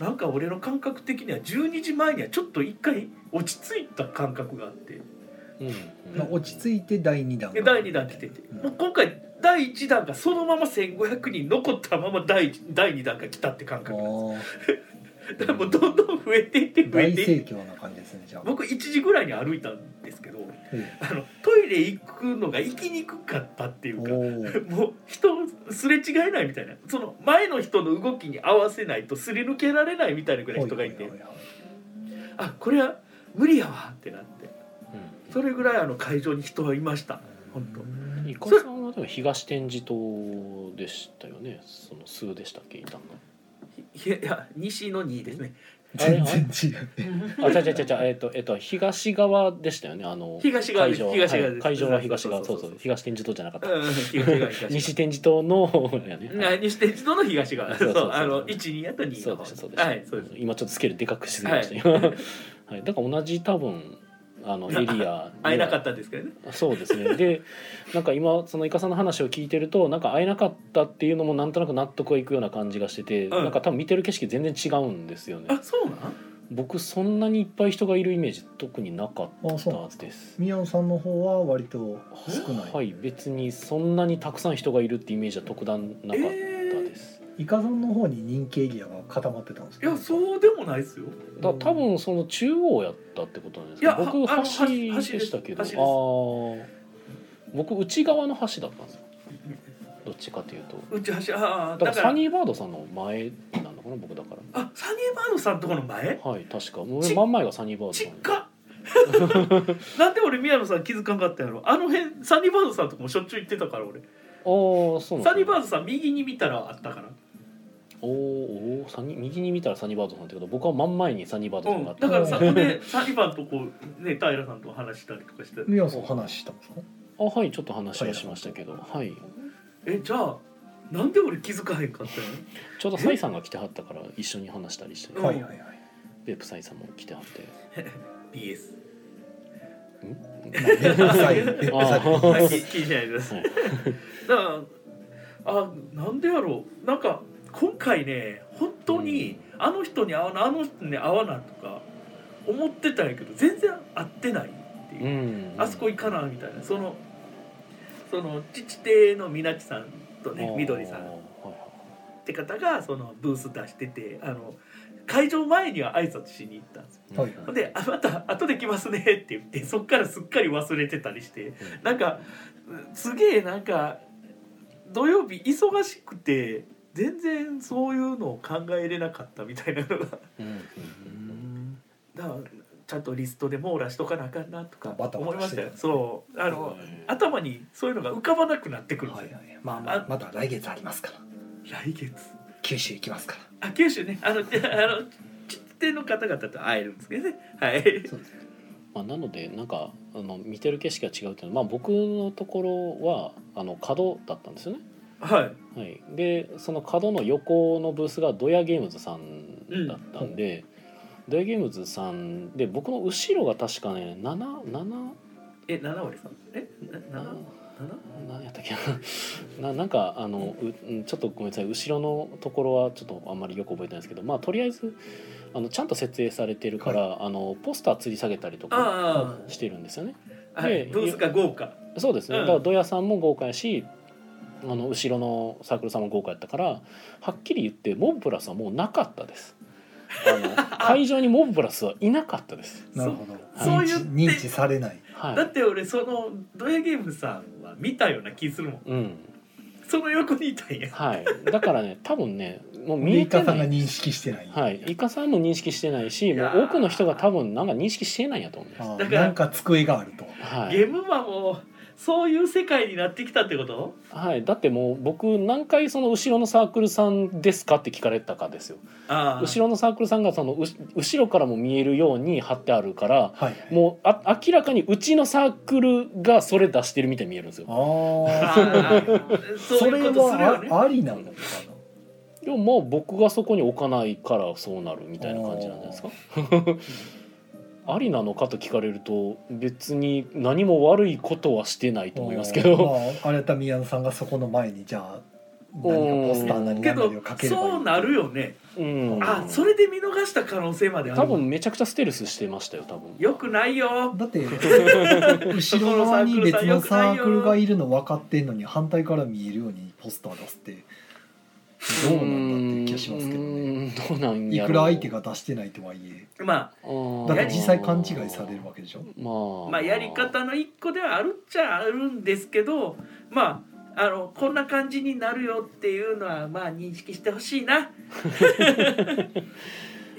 なんか俺の感覚的には12時前にはちょっと一回落ち着いた感覚があって
うんうんうん
まあ、落ち着いて第2弾
で第2弾来てて
うん
もう今回第1弾がそのまま1500人残ったまま第一第2弾が来たって感覚なんで
おー
すだからもうどんどん増えていって増え
大
て
盛
いって
況な感じですねじゃあ、
僕1時ぐらいに歩いたんですけど
え
あのトイレ行くのが行きにくかったってい
え
う
お
か
ー
もう人すれ違えないみたいなその前の人の動きに合わせないとすり抜けられないみたいなぐらい人がいて
おおいおい
あこれは無理やわってなって
うん
それぐらいあの会場に人はいました本当
イカさんはでも東天示島でしたよねその数でしたっけい
[LAUGHS]
たの
いやいや西の2ですね
全然違う
あ違う違う違う違うえっ、とえっ、と東側でしたよねあの
東側で
会
す
場は
東側
は
で
い
す
会場は東側そうそう
うん
東天示島じゃなかった、
東側東側
西天示島のやね、
な西鉄道の東側
そう
そ
そう
う
そう
あの12やと2
そ
の
うで
方
したそうでした、
はいそうです
今ちょっとスケールでかくしすぎました今、はいだから同じ多分あのエリアには
[LAUGHS] 会えなかったんですけどね
そうですねでなんか今そのイカさんの話を聞いてるとなんか会えなかったっていうのもなんとなく納得がいくような感じがしてて、
うん
なんか多分見てる景色全然違うんですよね
あそうなん
僕そんなにいっぱい人がいるイメージ特になかっ
あそう
たです
[LAUGHS] ミヨンさんの方は割と少ない、
はい別にそんなにたくさん人がいるってイメージは特段なかったです、
イカゾンの方に人気エリアが固まってたんです
い
けど
やそうでもないですよ
だ多分その中央やったってことなんですけ
い
ど
や
僕
ああの
橋
橋
で
橋です
したけど
橋
あ
です
あ僕内側の橋だったんですよどっちかというと
うち橋ああ
だか
だ
ら
か
サ
ら
ニーバードさんの前なのかな僕だから
あサニーバードさんとこの前
はい確かもう
ち
真ん前がサニーバード
ち
さ
っ
ん
か [LAUGHS] なんで俺宮野さん気づかんかったんやろあの辺サニーバードさんとこもしょっちゅう行ってたから俺
ああそうな
サ
んですね
ニーバードさん右に見たらあったから
おーおーサニ右に見たらサニーバードさんってこと僕は真ん前にサニーバード
う
さん
ん、
があ
だ
った、
からさ、で、サニバンとこう、ね、平さんと話したりとかして。
宮野さん話したんですか
あはいちょっと話はしましたけどはい
え、じゃあ、なんで俺気づかへんかった
ちょうどサイさんが来てはったから一緒に話したりして
うん
はいはいはい
ベープサイさんも来てはって
の。B. S.
別 [LAUGHS] 祭別
あ
祭
あ、
ー
聞いてないです。
はい
だから、あ、なんでやろう、なんか、今回ね、本当に、あの人に会わな、あの人に会わなとか。思ってたんやけど、全然会ってないっていう
う。ん
あそこ行かなみたいな、その。その、父邸のみなちさんとね、みどりさ
あ
ん
ー。はいはい
って方がそのブース出しててあの会場前には挨拶しに行ったんですよ
はい
ほんで「あまた後で来ますね」って言ってそっからすっかり忘れてたりしてなんかうすげえなんか土曜日忙しくて全然そういうのを考えれなかったみたいなのがだか
うん
らちゃんとリストで網羅しとかなあかんなとか
バタバ
思い
タ
ま
し
してたよそうあの頭にそういうのが浮かばなくなってくるん
は
で
い
すよ
はいまあまあ
あ
まだ来月ありますから
来月
九州行きますか
あ九州ねあのであのちっての方々と会えるんですけどねはい
らそうです
まあ、なのでなんかあの見てる景色が違うっていうのは、まあ、僕のところはあの角だったんですよね、
はい
はい、でその角の横のブースがドヤゲームズさんだったんで、ドヤゲームズさんで僕の後ろが確かね77
え七割さんえな七七
何やったっけ [LAUGHS] なななんかあのううんちょっとごめんなさい後ろのところはちょっとあんまりよく覚えてないですけどまあとりあえずあのちゃんと設営されてるから、あのポスター吊り下げたりとか
あ
してるんですよね。
あはい
で
ブースが豪華
そうですね、
うん
だから土屋さんも豪華やしあの後ろのサークルさんも豪華やったからはっきり言ってモンプラスはもうなかったです
[LAUGHS]
あの会場にモンプラスはいなかったです
なるほど
そう
そう
認知
言って
認知されない
は
だっ
い
て俺そのドヤゲームさんは見たような気するもん
うん
その横にいたんや
はいだからね多分ねもう見
で
え
イ
て
カさ
なん
が
い
認識してない
はい、イカさんも認識してないし
いやー
もう多くの人が多分なんか認識してないんやと思うんです、
あ
だ
あ
から
なんか机があると
は
ゲ
い
ームマンもそういう世界になってきたってこと
はい、だってもう僕何回その後ろのサークルさんですかって聞かれたかですよ
ああ
後ろのサークルさんがそのう後ろからも見えるように貼ってあるから
はい
もうあ明らかにうちのサークルがそれ出してるみたいに見えるんですよ
ああ
ああ
そ
そう
れ
いうことするよね
はあありなのかな
でもまあ僕がそこに置かないからそうなるみたいな感じなんじゃないですか [LAUGHS] ありなのかと聞かれると別に何も悪いことはしてないと思いますけど、
まあ、あれた宮野さんがそこの前にじゃあ何かポスターなり
け
何な
ど
りをかければいい
そうなるよね
うん、
あそれで見逃した可能性まである
多分めちゃくちゃステルスしてましたよ多分
よくないよ
だって後ろ側に別のサークルがいるの分かってんのに反対から見えるようにポスター出すってどうなんだっていう気がしますけど
う
ね
ーんどうなん
い
やろ
くら相手が出してないとはいえ
ま
だから実際勘違いされるわけでしょ
まあ
あまあやり方の一個ではあるっちゃあるんですけどまああのこんな感じになるよっていうのはまあ認識してほし
[LAUGHS]
いない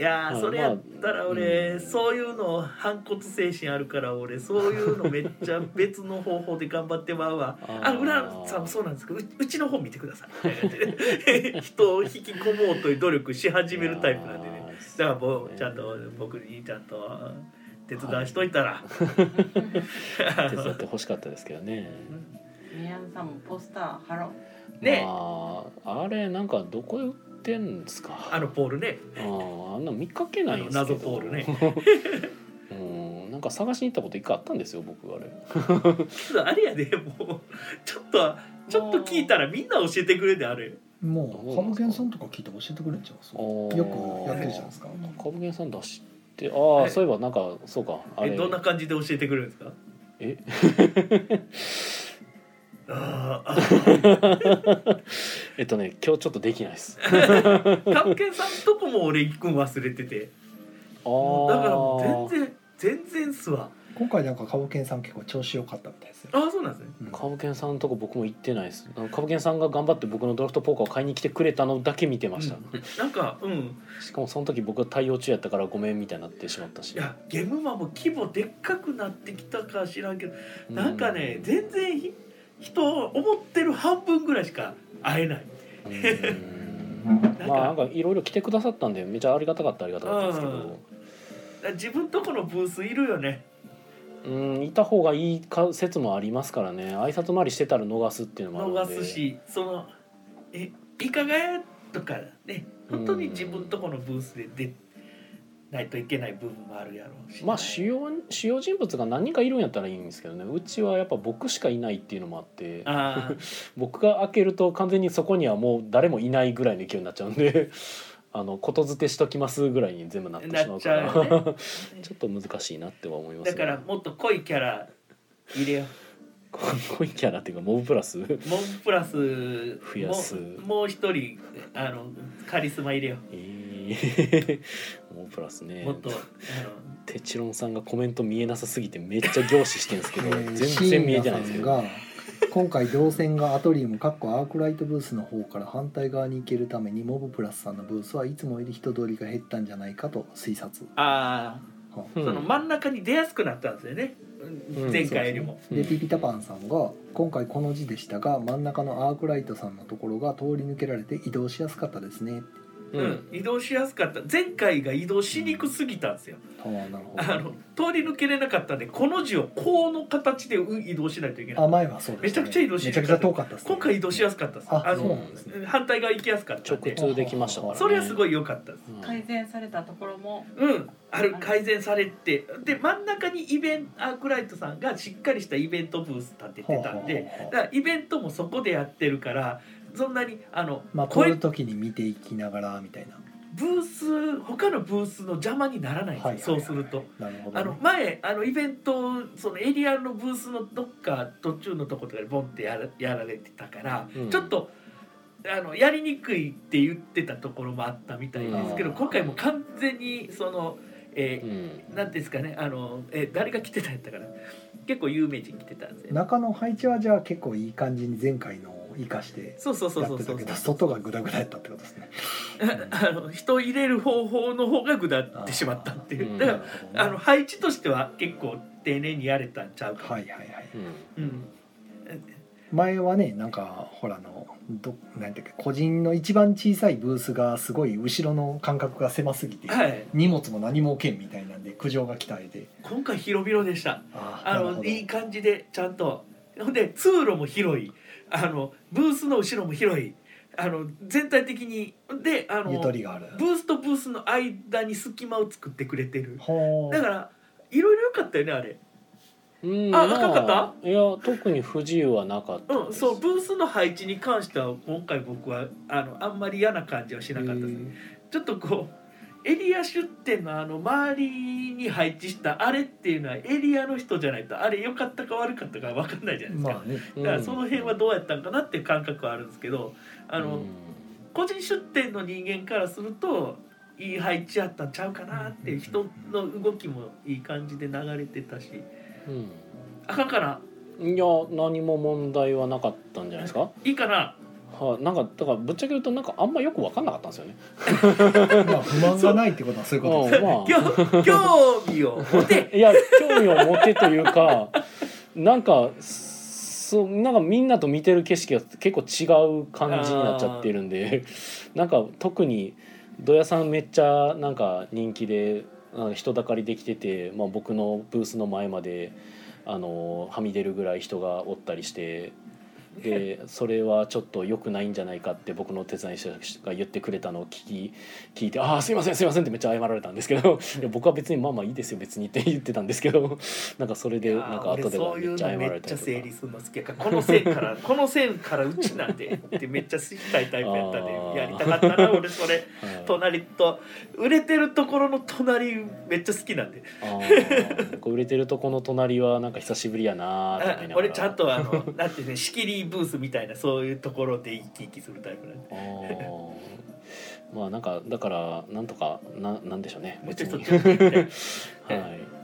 や
ま
ー
あ
それやったら俺、
まあうん
そういうの反骨精神あるから俺そういうのめっちゃ別の方法で頑張ってまうわ
[LAUGHS] あー
あ浦野さんもそうなんですけどううちの方見てください [LAUGHS] 人を引き込もうという努力し始めるタイプなんでね
いやー
だからもうちゃんと僕にちゃんと手伝いしといたら、
手伝ってほしかったですけどね
宮野さんもポスター貼ろう
ね
まあ、あれなんかどこで売ってんですか
[LAUGHS] あのポールね
あーあんな見かけないんですけど
あの謎ポールね
うんなんか探しに行ったこと一回あったんですよ僕あれ
けどあれやでもうちょっとちょっと聞いたらみんな教えてくれてあれ
もうハムケンさんとか聞いて教えてくれんちゃうそ
おー
うよくやってるじゃないですか
株券さん出してああ
え
そういえばなんかそうかあ
え
れ
[LAUGHS] どんな感じで教えてくれるんですか
ええっとね今日ちょっとできない
[LAUGHS]
ですあ
カブケンさんとこも俺行くん忘れててもうだからもう全然全然っすわ
今回なんかカボケンさん結構調子良かったみたいですよ
ああそうなんですね
うん
カブケンさんのとこ僕も行ってないですあのカブケンさんが頑張って僕のドラフトポーカーを買いに来てくれたのだけ見てました、
なんかうん
しかもその時僕は対応中やったからごめんみたいになってしまったし
いやゲームマンも規模でっかくなってきたか知らんけど
う
なんかね全然ひ人思ってる半分ぐらいしか会えない
うん
なんか,、
まあなんかいろいろ来てくださったんでめちゃありがたかったありがたかったんですけど
自分とこのブースいるよね
うんいた方がいいか説もありますからね挨拶回りしてたら逃すっていうのもあるんで
逃すしその「えいかがや?」とかね本当に自分とこのブースで出ないといけない部分もあるやろうし、
まあ主要主要人物が何人かいるんやったらいいんですけどねうちはやっぱ僕しかいないっていうのもあって
あ
[LAUGHS]
ー
僕が開けると完全にそこにはもう誰もいないぐらいの勢いになっちゃうんで [LAUGHS] あのことづてしときますぐらいに全部なってしまうから
なっちゃうよ
[LAUGHS] ちょっと難しいなっては思います
だ
ね
からもっと濃いキャラ入れよ
こ濃いキャラっていうかモブプラ
[LAUGHS]
ス
うモンプラス
[LAUGHS] 増やす
もうもう一人あのカリスマ入れよ
えーモブプラス
う
ね
もっとあの
テチロンさんがコメント見えなさすぎてめっちゃ凝視してるんですけど
えー
全然見えてないんですけど
椎名さんが今回動線がアトリウムかっこアークライトブースの方から反対側に行けるためにモブプラスさんのブースはいつもより人通りが減ったんじゃないかと推察、
あ
は
う
ー
ん
その真ん中に出やすくなったんですよね、
うん
前回よりも、
でピピタパンさんが「今回この字でしたが真ん中のアークライトさんのところが通り抜けられて移動しやすかったですね」
う
うん
ん
移動しやすかった前回が移動しにくすぎたんですよ
ああなるほ
あの通り抜けれなかったんでこの字をこの形でう移動しないといけ
ど
な
あ
い
前はそうです、ね、
めちゃくちゃ移動し
めちゃくちゃ遠かったです、ね、
今回移動しやすかったです
あ
あ
そうな
の
んですね
反対側行きやすかったんで
直通できましたから、ね、
それはす
い、
ごい良かったです
改善されたところも
うんある改善されてで真ん中にイベントアークライトさんがしっかりしたイベントブース立ててたんでだからイベントもそこでやってるからそんなにあの、
まあ、撮
声
る時に見ていきながらみたいな
ブース他のブースの邪魔にならないんですよ、そうすると。
なるほど、
あ
ね
の、前あのイベントそのエリアのブースのどっか途中のとことかでボンってやらやられてたから、
うん
ちょっとあのやりにくいって言ってたところもあったみたいですけど、
うん
今回もう完全にその、え
う
ー
ん
なんていうんですかねあの、えー誰が来てたんやったかな結構有名人来てたんで
中の配置はじゃあ結構いい感じに前回のを生かして
そうそうそう
や
そ
っ
う
て
そ
た
う
けど外がグダグダやったってことですね。
[LAUGHS] あの人入れる方法の方が下ってしまったっていう、
うん
だ
な
からあの配置としては結構丁寧にやれたんちゃうか、
はいはいはい。
うん
うん
前はねなんかほらあのどなんていうか個人の一番小さいブースがすごい後ろの間隔が狭すぎて、
はい
荷物も何も置けんみたいなんで苦情が来たあれで。
今回広々でした
あー
あ
なるほ
の
ど
いい感じでちゃんとほんで通路も広いあのブースの後ろも広いあの全体的にであ
ゆ
の
とりがある。
ブースとブースの間に隙間を作ってくれてる
ほ
だからいろいろ良かったよねあれ
うん
あ
ま
赤か
いや特に不自由はなかった
うん
です
そうブースの配置に関しては今回僕はあのあんまり嫌な感じはしなかったですねちょっとこうエリア出店のあの周りに配置したあれっていうのはエリアの人じゃないとあれ良かったか悪かったか分かんないじゃないですか、
まあね。
う
だ
ん
からその辺はどうやったんかなっていう感覚はあるんですけどあの、
うん
個人出店の人間からするといい配置やったんちゃうかなっていう人の動きもいい感じで流れてたしあかんかな
うんいや何も問題はなかったんじゃないですか。
いいかな
はい、なんかだからぶっちゃけ言うとなんかあんまよく分かんなかったんですよね。
まあ不満がないってことはそういうことです。
うんまあ
興興味を持て
いや興味を持てというか [LAUGHS] なんかそうなんかみんなと見てる景色が結構違う感じになっちゃってるんでなんか特に土屋さんめっちゃなんか人気でなんか人だかりできてて、まあ、僕のブースの前まであのはみ出るぐらい人がおったりして。でそれはちょっと良くないんじゃないかって僕の手伝い者が言ってくれたのを聞き聞いて「ああすいませんすいません」ってめっちゃ謝られたんですけ
[LAUGHS]
どいや僕は別に「まあまあいいですよ別に」って言ってたんですけど [LAUGHS] なんかそれでなんか
あ
後
ー俺
で
そ
は
う
め
いう
っちゃ謝
のめ
ら
っ
れ
ち
た
ゃ整
り
理
とか。
するの好きやからこの線から
[LAUGHS]
この線からうちなんでってめっちゃ知りたいタイプやったでやりたかったな俺それ
[LAUGHS] はい
隣と売れてるところの隣めっちゃ好きなんで
あ
[LAUGHS]
ーなんか売れてるとこの隣はなんか久しぶりやなーって思いながら
俺ちゃんとあのだってね仕切りブースみたいなそういうところで生き生きするタイプなんで
あーまあなんかだからなんとかななんでしょう
[LAUGHS]
ね
もうち
別
ょっと
に
ちょっと行って
はい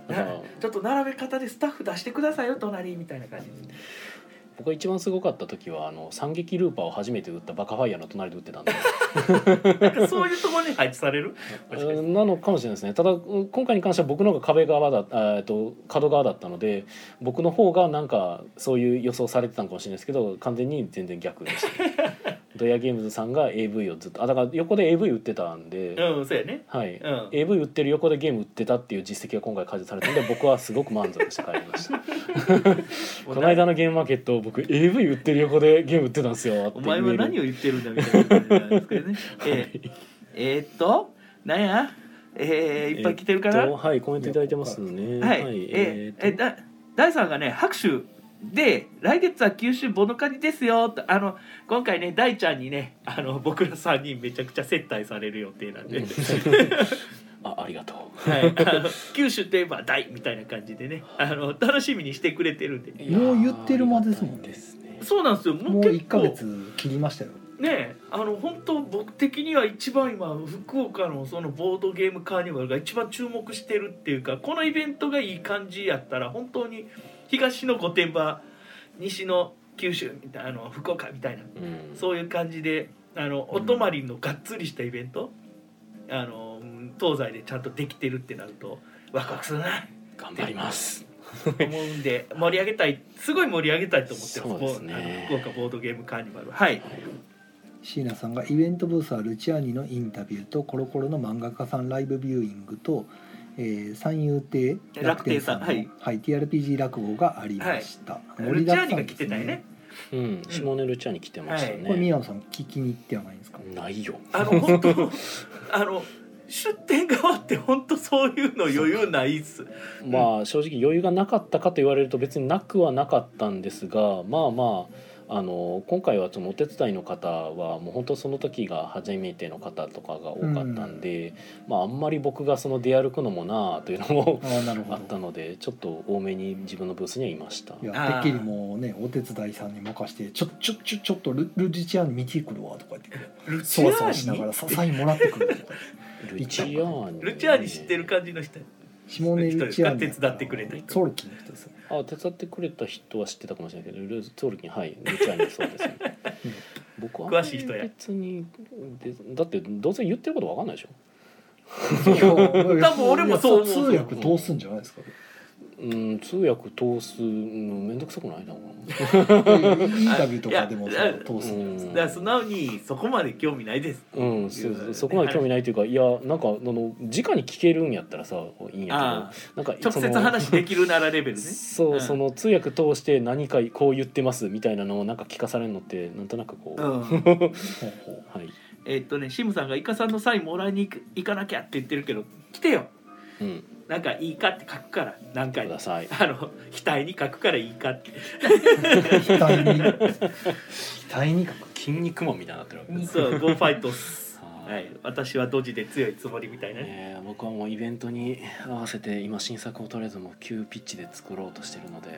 だから
[LAUGHS] ちょっと並べ方でスタッフ出してくださいよ隣みたいな感じ
僕が一番すごかった時はあの三撃ルーパーを初めて打ったバカファイヤーの隣で打ってたんで
なんかそういうところに配置されるもしかして
うんなのかもしれないですねただうん今回に関しては僕の方が壁側だあーえっと角側だったので僕の方がなんかそういう予想されてたのかもしれないですけど完全に全然逆でした、ドヤゲームズさんが AV をずっとあだから横で AV 売ってたんで、
うんそうやね
はい、
うん
AV 売ってる横でゲーム売ってたっていう実績が今回解除されたんで僕はすごく満足して帰りましたこの間のゲームマーケット僕 AV 売ってる横でゲーム売ってたんですよって
お前は何
を
を言ってるんだみたいな感じなんですけど [LAUGHS] ね。えーえーっと、なんや、えーいっぱい来てるかな。
はいコメントいただいてますね
はい、え
えー
ー
と
えーだ第3がね拍手で来月は九州ボノカニですよとあの今回ね大ちゃんにねあの僕ら3人めちゃくちゃ接待される予定なんで、はい、
[LAUGHS] あありがとう
あの九州といえば大みたいな感じでねあの楽しみにしてくれてるんで
もう言ってる間ですもん
いやーありがた
ね
いですね
そうなんですよも
も
う
う
結
1
構
ヶ月切りましたよ
ねえあの本当僕的には一番今福岡のそのボードゲームカーニバルが一番注目してるっていうかこのイベントがいい感じやったら本当に東の御殿場西の九州みたいなあの福岡みたいな
うん
そういう感じであのお泊まりのがっつりしたイベント、あのうん東西でちゃんとできてるってなるとワクワクするな
頑張ります
と思うんで盛り上げたいすごい盛り上げたいと思ってます
そうですね
ぼあの福岡ボードゲームカーニバルはい
椎名さんがイベントブースはルチアーニのインタビューとコロコロの漫画家さんライブビューイングと、えー三遊亭
楽天さん
の
はい
はい、TRPG 落語がありました、盛
ル
り
チ
だ
ャ
く
ーニ
さ
が
ん
来
です
てたよね
うん下ネルチャーに来てました
これ
ね
宮野さん聞きに行ってはないんですか、
ないよ
あの本当あの出店側って本当そういうの余裕ないっす
まあ正直余裕がなかったかと言われると別になくはなかったんですがまあまああの今回はそのお手伝いの方はもう本当その時が初めての方とかが多かったんで、まああんまり僕がその出歩くのもなあというのも
ああなるほ
あっ
ど
たのでちょっと多めに自分のブースにはいました
い。や
あ
て
ー
っきりもうねお手伝いさんに任して「ちょちょちょちょっとルルチアーニ見てくるわ」とか言って
ルチ
そ
ャ
わそわし
ー
なが
ニ
らササインもらってく
[LAUGHS]
るとか
ルチアーニ、
ルチャーニ知ってる感じの人
下根ルチアーニ
手伝ってくれた人
ソルキンの人ですよね
あ手伝ってくれた人は知ってたかもしれないけどルーズトールキンはいルチャーニそう
[LAUGHS]
ですね
うん
僕は
詳しい人や
別にでだってどうせ言ってることわかんないでしょ
多
分俺もそう思う
通訳通すんじゃないですか
うん、通訳通すのめんどくさくないな。
インタビューとかでも
いや
そう通すんじゃないです
だから素直にそこまで興味ないです
うん、そそこまで興味ないというか、いや、なんか、あの、直に聞けるんやったらさ、いいんや
ああ
けど。なんか、
直接
その
話できるならレベルね
そう、
うん
その通訳通して、何かこう言ってますみたいなのを、なんか聞かされるのって、なんとなくこう。
う
は
ん
かほうほう
い。
えっとねシムさんが「イカさんのサインもらいに行く行かなきゃ」って言ってるけど来てよ
うん、
なんか「いいか」って書くから何
く
回
だ
あ
さい。
の額に書くから「いいか」って
額に額にか
筋肉マンみたいになってるわけです。
そう「ゴーファイトス」
は
はいい、私はドジで強いつもりみたいなね
えー僕はもうイベントに合わせて今新作をとりあえずもう急ピッチで作ろうとしてるので、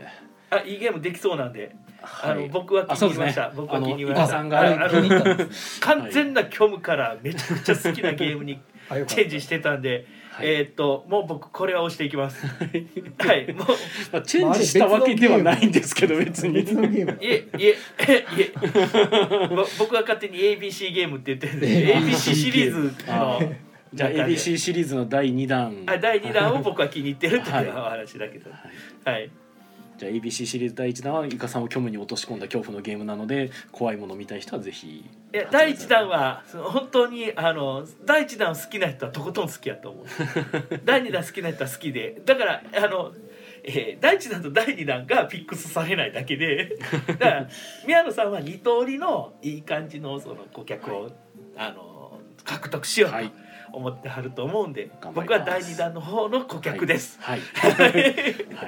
あいいゲームできそうなんで、
は
あの僕は気に入りました、僕は気に入りま
あ
し
さ
た
ん
あ
が
れ
あ
気に入ったん
の
です
完全な虚無からめちゃくちゃ好きなゲームに
あよかっ
チェンジしてたんで、
はい
えーっともう僕これは押していきますはいもう
まあ、チェンジしたわけではないんですけど別
た
に
別のゲーム
いえいえいえ [LAUGHS] ぼ僕は勝手に ABC ゲームって言ってるんで ABC シリーズ
あ
の
ーじゃあ ABC シリーズの第2弾
あ第2弾を僕は気に入ってるっていうお
は
話だけど
はい
はい
じゃあ ABC シリーズ第1弾はイカさんを虚無に落とし込んだ恐怖のゲームなので怖いもの見たい人はぜひ
いや第1弾はその本当にあの第1弾好きな人はとことん好きやと思
[LAUGHS]
う第2弾好きな人は好きでだからあの、えー第1弾と第2弾がピックスされないだ
[LAUGHS]
けでだから宮野さんは2通りのいい感じのその顧客を、あの獲得しようと
はい
思ってはると思うんで、
頑張り
僕は
ます
第2弾の方の顧客です。
はい、はい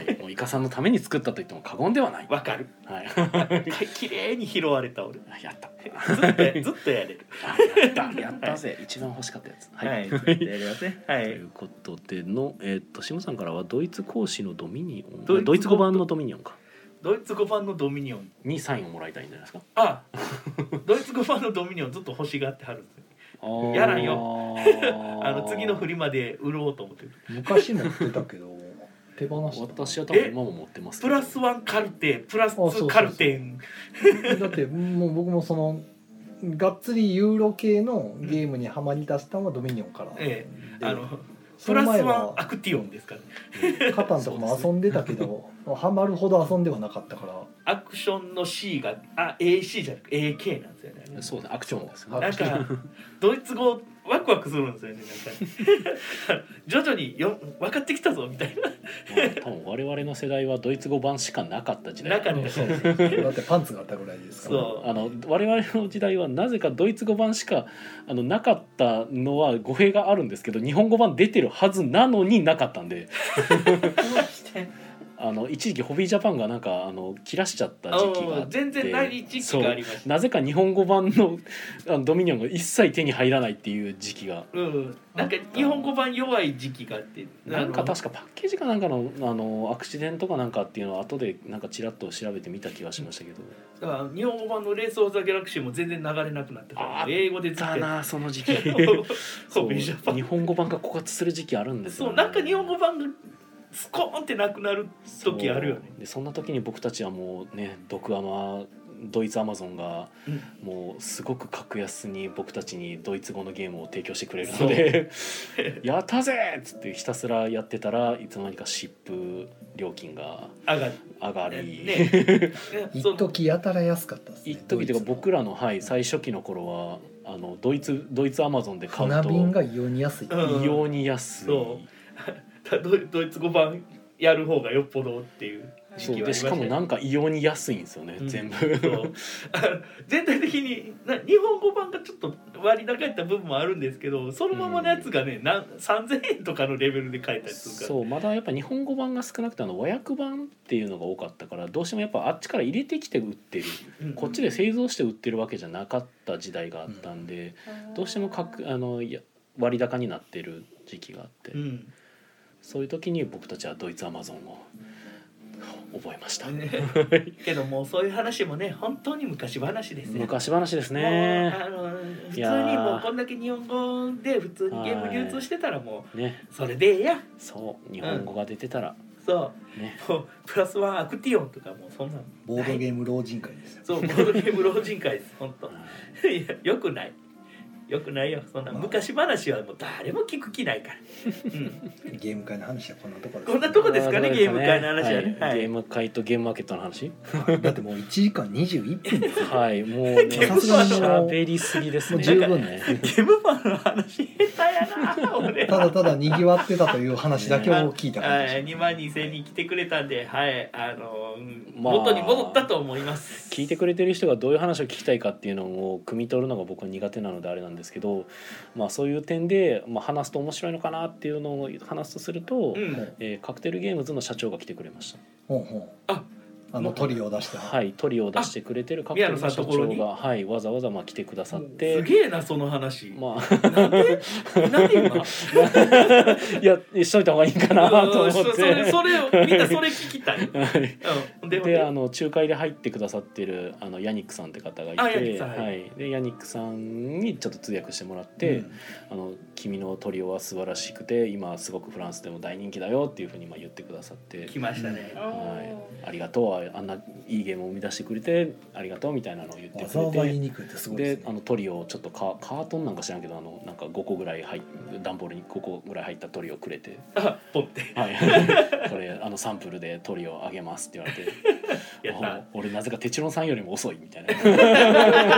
はい、もうイカさんのために作ったと言っても過言ではない
わ、
[LAUGHS]
かる
はい、
綺麗に拾われた
[LAUGHS]
俺ず
やった
っとずっとやれる
あやったやったぜ一番欲しかったやつはい、
はい、ちょっとやりますね。はい
とい。うことでのえーっとシムさんからはドイツ講師のドミニオン
ドイツ語
ドイツ語版のドミニオンか
ドイツ語版のドミニオン
にサインをもらいたいんじゃないですか
あドイツ語版のドミニオンずっと欲しがってはるんですよやらん
よ
あの次の振りまで売ろうと思ってる
昔持ってたけど手放した
私は多分今も持ってます
プラスワンカルテプラスツ
そうそうそう
ーカルテン
だってもう僕もそのがっつりユーロ系のゲームにはまり出したのはドミニオンから、
[LAUGHS] ええあの
そ
プ
の
ラス
前
ワン
は
アクティオンですからね
カタンとかも遊んでたけどハマるほど遊んではなかったから
アクションの C があ AC じゃなく AK なんですよね
そうですねアクションですよね
はい
なんかドイツ語ワクワクするんですよねなんか徐々によ分かってきたぞみたいな
まあ多分我々の世代はドイツ語版しかなかった時代
なかった
そうだってパンツがあったぐらいですから
そう
あの我々の時代はなぜかドイツ語版しかあのなかったのは語弊があるんですけど日本語版出てるはずなのになかったんで
して
あの一時期ホビージャパンがなんかあの切らしちゃった時期があって
全然ない時期がありました
なぜか日本語版のあのドミニオンが一切手に入らないっていう時期が
うん、なんか日本語版弱い時期があって
なんか
あの
確かパッケージかなんかのあのアクシデントかなんかっていうのは後でなんかちらっと調べてみた気がしましたけど
だから日本語版の「レース・オブ・ザ・ギャラクシー」も全然流れなくなってから
あー
英語でずっと
だ
[LAUGHS] やっ
なその時期
てる
そ
そう
う
ビジャパン
日本語版が枯渇する時期あるんですよ、
そうなんか日本語版がスコーンってなくなる時あるよね
そうでそんな時に僕たちはもうね毒アマドイツアマゾンが
うん
もうすごく格安に僕たちにドイツ語のゲームを提供してくれるので「 [LAUGHS] やったぜ!」っつってひたすらやってたらいつの間にかシップ料金が
上がる
上が
ね
り、 [LAUGHS]
ねそ
一
の
時やたら安かったですね
一時というか僕らの、はい、最初期の頃はあのドイツドイツアマゾンで買う
船
と
便が異様に安い、
うん
異様に安い。
そドイドイツ語版やる方がよっぽどっていう時
そ
期
う
はありま
で
し
したかも
ね
なんか異様に安いんですよね、
うん
全部 [LAUGHS]
そうあの全体的にな日本語版がちょっと割高やった部分もあるんですけどそのままのやつがね、なん3,000円とかのレベルで書いたりするから
そうまだやっぱ日本語版が少なくてあの和訳版っていうのが多かったからどうしてもやっぱあっちから入れてきて売ってる
うん
こっちで製造して売ってるわけじゃなかった時代があったんで、どうしても格あのいや割高になってる時期があって、
うん
そういう時に僕たちはドイツアマゾンを覚えました、
ね
[LAUGHS]
けどもうそういう話もね本当に昔話ですよ
昔話です
もう
ね
あの普通
い
に
やー
もうこんだけ日本語で普通にゲーム流通してたらも
ね
うそれでええやん
そう日本語が出てたら、
そ
ね
うもうプラスワンアクティオンとかもうそんなん
ボードゲーム老人会ですよ
そうボードゲーム老人会です本当いやよくないよくないよそんな昔話はもう誰も聞く気ないから、うん、
ゲーム会の話はこんなところ
こんなとこですかね
あ
ゲーム会の話はね、
は
はいい
ゲーム会とゲームマーケットの話
だってもう1時間21分ですよ
はいもうね
ゲームマーケット
喋りすぎです
もう
ね
十分ね
ゲームマンの話下手やな俺
ただただにぎわってたという話だけを聞いた感じ
はい、2万2000人来てくれたんで、はい、あのー、
まあ
元に戻ったと思います。
聞いてくれてる人がどういう話を聞きたいかっていうのを汲み取るのが僕は苦手なのであれなんですけど、まあ、そういう点で、まあ、話すと面白いのかなっていうのを話すとすると、
うん、
えーカクテルゲームズの社長が来てくれました
ほんほん
あ
あの鳥を出して
はいトリを出してくれてるカクテルの社
宮野さんところ
長
に
が、はい、わざわざまあ来てくださっ
す
て。
げえな、その話。
ま
なんで、なんで今。
あ、い [LAUGHS] やしといた方がいいかなと
う
思
ん
っ
そそれ、
て
それを、みんなそれ聞きたい。
はい。
うん、で、
であの仲介で入ってくださってるあのヤニックさんって方がいて
あヤニックさんはい
はい、でヤニックさんにちょっと通訳してもらって「あの君のトリオは素晴らしくて今すごくフランスでも大人気だよ」っていうふうにまあ言ってくださって
来ましたね。
はい、ありがとうあんないいゲームを生み出してくれてありがとうみたいなのを言って
わ
く
ざわざ言い
れて。
にくいってすごいで
ですあ
ね
のトリをちょっとカカートンなんか知らんけどあのなんか5個ぐらい入っ段ボールに5個ぐらい入ったトリをくれて
あ、 [LAUGHS] ポンって。
はい、これあのサンプルで鳥をあげますって言われて
やった
お俺なぜかテチロンさんよりも遅いみたいな
まあ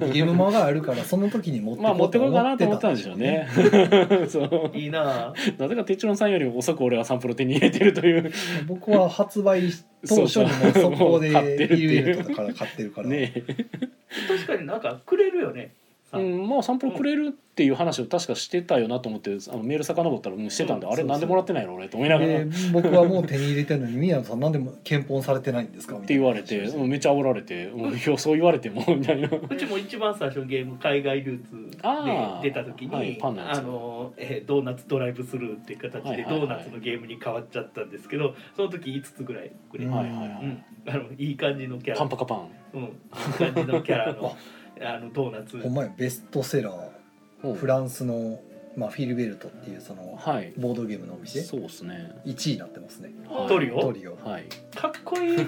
ゲームマがあるからその時に持って
まあ持ってこようかなと思ったんでしょうね [LAUGHS] そう
いいなあ。
なぜかテチロンさんよりも遅く俺はサンプルを手に入れてるという
僕は発売当
[LAUGHS]
初にもう速攻で
そうそう買ってるっていう
UL とかから買ってるから、
ねえ
確かになんか、くれるよね。さ
うん、まあサンプルくれるっていう話を確かしてたよなと思ってあのメール遡ったらもうしてたんで、
うん
あれ
そうそう
なんでもらってないの俺と思いながら、
で
っ
[LAUGHS] 僕はもう手に入れてるのに宮野さんなんでも検本されてないんですかみた
て
い
言
な
われて、うん、めっちゃ煽られて、うん、いやそう言われてもみたいな。
うちも一番最初のゲーム海外ルー
あー
ツで出た時に、
はいパンのや
あ
つ
の、えードーナツドライブスルーっていう形
はい
で
はい
ド
はい
ーナツのゲームに変わっちゃったんですけどその時5つぐらいくれて、
うん
うん
はいはいはい。
あのいい感じのキャ
[LAUGHS] パンパ
ラ
カパン。
うん、いい感じのキャラ
[LAUGHS]
のあのドーナツ
ほんまやベストセラー
うん
フランスの、まあ、フィルベルトっていうその
はい。
ボードゲームのお店
そうですね。
1位になってますね
はい
トリオ
トリオ
はい。
かっこいい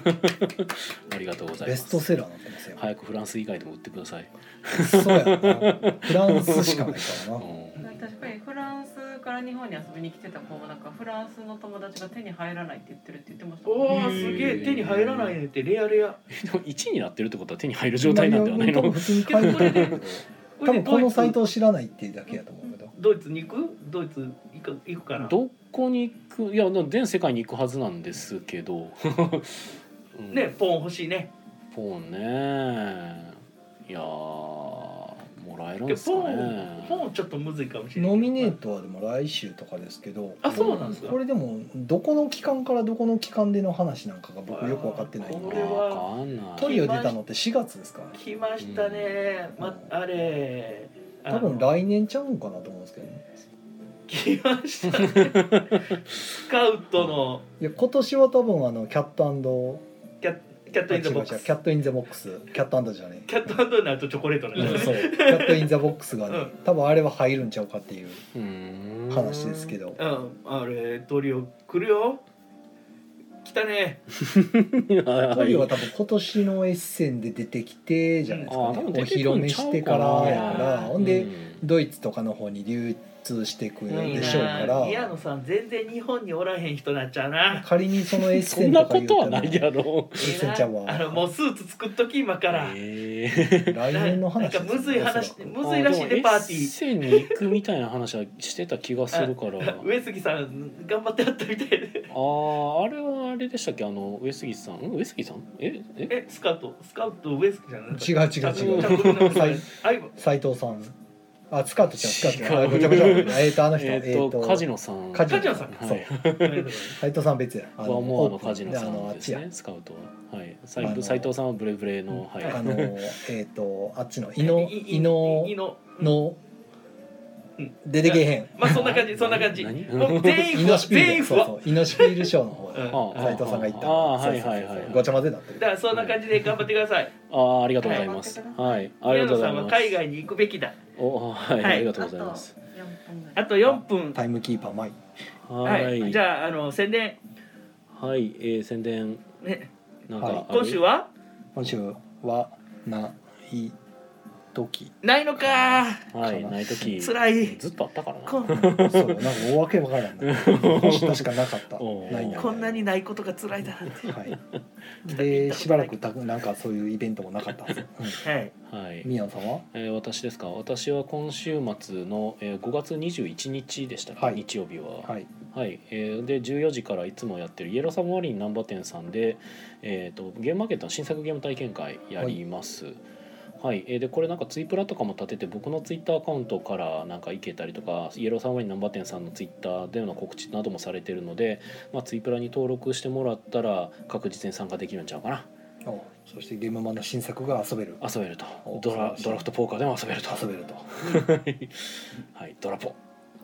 ありがとうござい
ベ
ま
スト
す。
セラーになってますよ、
早くフランス以外でも売ってください。
そうやなフランスしかないから
う
なん
確かにフランスから日本に遊びに来てた子もなんかフランスの友達が手に入らないって言ってるって言ってましたもん
おーすげえ手に入らないねってレアレ
で
ア
も1位になってるってことは手に入る状態なんではないの
多分普通に買えると思うけど多分このサイトを知らないっていうだけやと思うけど
ドイツに行くドイツ行く行くかな
どこに行くいや全世界に行くはずなんですけど、うん
ねポン欲しいね
ポンねいやーもらえるん
で
ですか
ポ
ね
ンポンちょっとむずいかもしれない
ノミネートはでも来週とかですけど
あそうなんですか
これでもどこの期間からどこの期間での話なんかが僕よく分かってない
あーこ
の
れは
で
わかんな
ト
い
リオ出たのって4月ですか
来ましたね、
うん
まあれあ
多
の
分来年ちゃうんかなと思うんですけどね
来ましたねスカウトの
いや今年は多分あのキャット
キャキャットインザボックス
キャットインザボックスキャットじゃねえ
キャットアンドナーとチョコレートの
うん
やつ
そうキャットインザボックスがね、
うん
多分あれは入るんちゃうかっていう
うーん
話ですけど
う、んあれトリオ来るよ来たね
ト
ト
リオは多分今年のエッセンで出てきてじゃないですか
あー
ね、
多分
お
出て
披
く
露
ん
目
ちゃう
し
かな
てからやから
うん
ほんで、ドイツとかの方に流通していくでしょうか
いいな宮
ら
野さん全然日本におらへん人なっちゃうな
仮にそのエッ
そ
セ
ん
ン
なこ
とか言う
とは
た
な
ら
いやろ
エッセンちゃん
あの
は
もうスーツ作っとき今から、
え
来年の話
なんかむずい
で
話
すよ
むずいらしいでパーテ
エ
ィ
ッ
ー
センに行くみたいな話はしてた気がするからあ
上杉さん頑張ってあったみたいで
あーあれはあれでしたっけあの上杉さんん上杉さんええ
えスカウトスカウト上杉じゃない
違う違う違う
違
はい
あ今
斉藤さんあ使ってちゃん使って
違 [LAUGHS]
あ
う
ごちゃごちゃえっとあの人
えーとカジノさん
カジ
カジノさん
ノ
は
そう
い
斉藤さん別や
ワンモアの
オープン
カジノさ
あのあ
ん
っ
で
ち
す
や
ねスカウトははい斉
あの
斉藤さんはブレブレのはい
あのえっとあっちの伊
の
野伊野
いの
の
うん
出てけへん
まあそんな感じそんな感じ
何
もう全員
イ
不
ノ
安
シュピー
全員
ル
不
そう
安
そうイノシュピール賞の方
うん
や
ああ
斉藤さんが行った
ああはいはい
そう
は
そうそう
い
ごちゃ混ぜになって
だか
る
らそんな感じで頑張ってください
ああありがとうございますはいあり
宮
がとうご
野
ざ
さ
い
んは
ます
海外に行くべきだ
おはい
はい
ありが
あ
とう
と
ございます
4分ぐら
あ
い
と4分
タイムキーパーマイ
は
はい、
い
じゃああの宣伝、
はいえー宣伝
ね、
なんか
はい
ある
今週は
今週はない時
ないのか
はいない時
辛い
ずっとあったからな
こ
そうなんか大わけわからんな星確かなかった
おー
ないない
こんなにないことが辛いだなって
はいでしばらくたなんかそういうイベントもなかったはず、
はい
はい
うん、宮野さんは
えー私ですか私は今週末の、えー5月21日でしたっけ、
はい
日曜日は
はい
はい、えーで14時からいつもやってるイエローサブマリン難波店さんで、えー、とゲームマーケットの新作ゲーム体験会やります。はいえーでこれなんかツイプラとかも立てて僕のツイッターアカウントからなんか行けたりとかイエローサブマリン難波店さんのツイッターでの告知などもされてるので、まあ、ツイプラに登録してもらったら確実に参加できるんちゃうかな
おそしてゲームマンの新作が遊べる
遊べると
お
ド
そう
ラ
ですね
ドラフトポーカーでも遊べると
遊べると
はい、ドラポ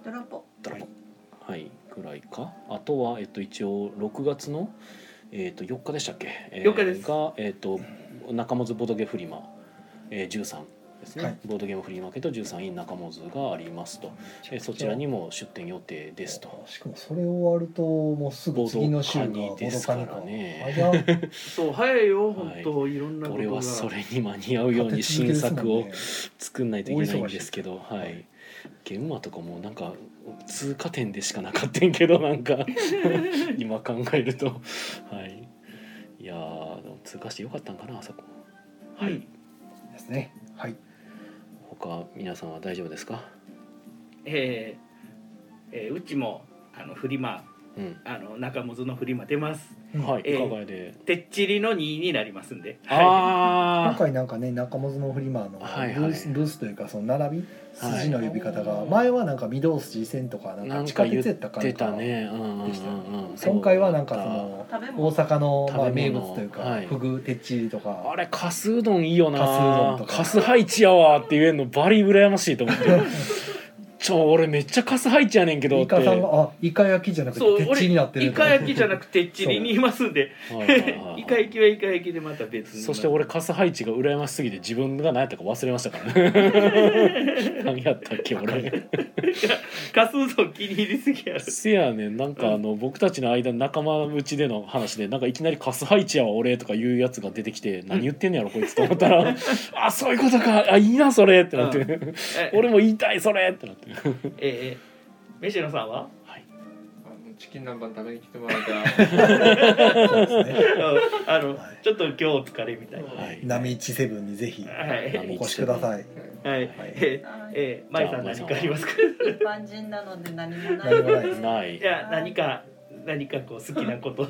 ドラポ
ドラポはいぐらいかあとは、えっと、一応6月の、えっと、4日でしたっけ、えー
4日です
が、えっと、中本ボードゲフリマ、えー、13ですね、
はい
ボードゲームフリーマーケット13 in 中本がありますと、えーそちらにも出店予定ですと
しかもそれ終わるともうすぐ次の週が
ボドカニですからね
ボドカニかあじゃ
そう早いよ
はい
本当、い、ろんなこと
俺
が
はそれに間に合うように新作を作んないといけないんですけど、
い
はい、ゲンマとかもなんか通過点でしかなかったんけどなん
[LAUGHS]
か今考えるとはいいやーでも通過してよかったんかなあそこ
はい、
ですねはい
他皆さんは大丈夫ですか
えーえーうちもあのフリマ
うん
あの中本のフリマ出ます、
はい、
えー
伺いで。
てっちりの2になりますんで。は
今
ああ。
回なんかね中本のフリマのブ
はいはい
ース,、ブースというかその並び
はい
筋の呼び方が、前はなんか御堂筋線とかなん
な
か
ん
地下
か言
鉄やったか
っ
な
て
んか
たね。うんうん
でしたよ
うんうん。
今回はなんかそ
そう
の
食べ
大
物
阪のまあ
食べ
名
物
物というか、
はい
フグてっちりと
だった。あ
か
れカスうどんいいよな。
カスうどんとか
カスハイチやわって言えんのバリ羨ましいと思
[LAUGHS]
って。ちょ俺めっちゃカスハイチやねんけどっ
イ
て。
カさんがあイカ焼きじゃなく
そう
ててっちりになって
い。
る
イカ焼きじゃな
く
くてっちりにいますんで。
はいはいはい
イカ焼きはイカ焼きでまた別に。
そして
[LAUGHS]
俺カスハイチが羨ましすぎて自分が何やったか忘れましたから [LAUGHS] ね何やったっけ俺
カスうどん気に入りすぎやろ。
せやねんなんかあの僕たちの間仲間内での話でなんかいきなり「カスハイチやわ俺」とか言うやつが出てきて何言ってんねやろこいつと思ったら「あそういうことかあいいなそれ」ってなって、
え
[LAUGHS] 俺も言いたいそれってなって
えー、飯野さんは [LAUGHS]
あのチキン南蛮食べに来てもらった
あの、
はい
ちょっと今日お疲れみたいな。
はい
波一セブンにぜひ
はい。
お越しください
はい。えー
はい
えー、舞さん
じゃあ
何かありますか
一般人なので何もない
何もないです
ないい
や何か何かこう好きなこと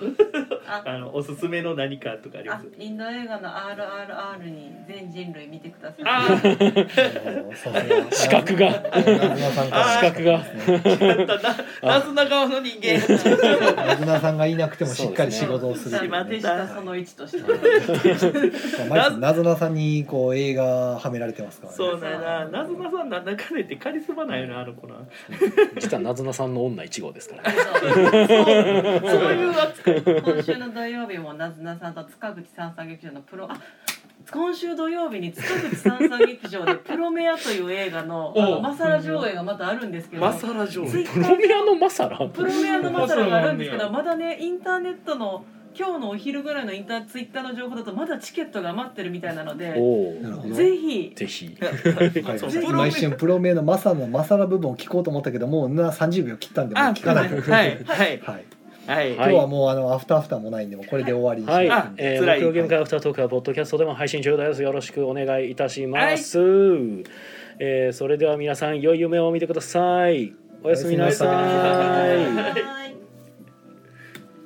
あ
あのおすすめの何かとかありま
あ
す
インド映画の RRR に全人類見てください
あー
資格が
資
資格が
違ったななすな顔の人間
ナズナさんがいなくてもしっかり仕事をする、
しまってしたその1として
ナズナさんにこう映画はめられてますから、ね。
そうだななずまさんなんだかねってカリスマなんよなあの子な
実はなずなさんの女1号ですから
そういう扱い今週の土曜日もなずなさんと塚口三三劇場のプロあ今週土曜日に塚口三三劇場で「プロメア」という映画のあのマサラ上映がまたあるんですけど
マサラ上
ツイ
手
ッ
プロメアのマサラ
プロメアのマサラがあるんですけどまだねインターネットの今日のお昼ぐらいのインターツイッターの情報だとまだチケットが余ってるみたいなの
お
で
お
なるほど。
ぜひ
ぜひ
はい、
そうプロ
今
メ
一瞬プロ名のマサのマサラ部分を聞こうと思ったけどもうな30秒切ったんでもう
あ
聞かないと
はいはい
はい、
はい
今日はもうあのアフターアフターもないんでもうこれで終わりにします
はい、
あ
んで
えー、
辛い
木曜ゲーム会アフタートークはポッドキャストでも配信中です。よろしくお願いいたします。えーそれでは皆さん、良い夢を見てください。おやすみなさ
おやすみな
い
さい。
はい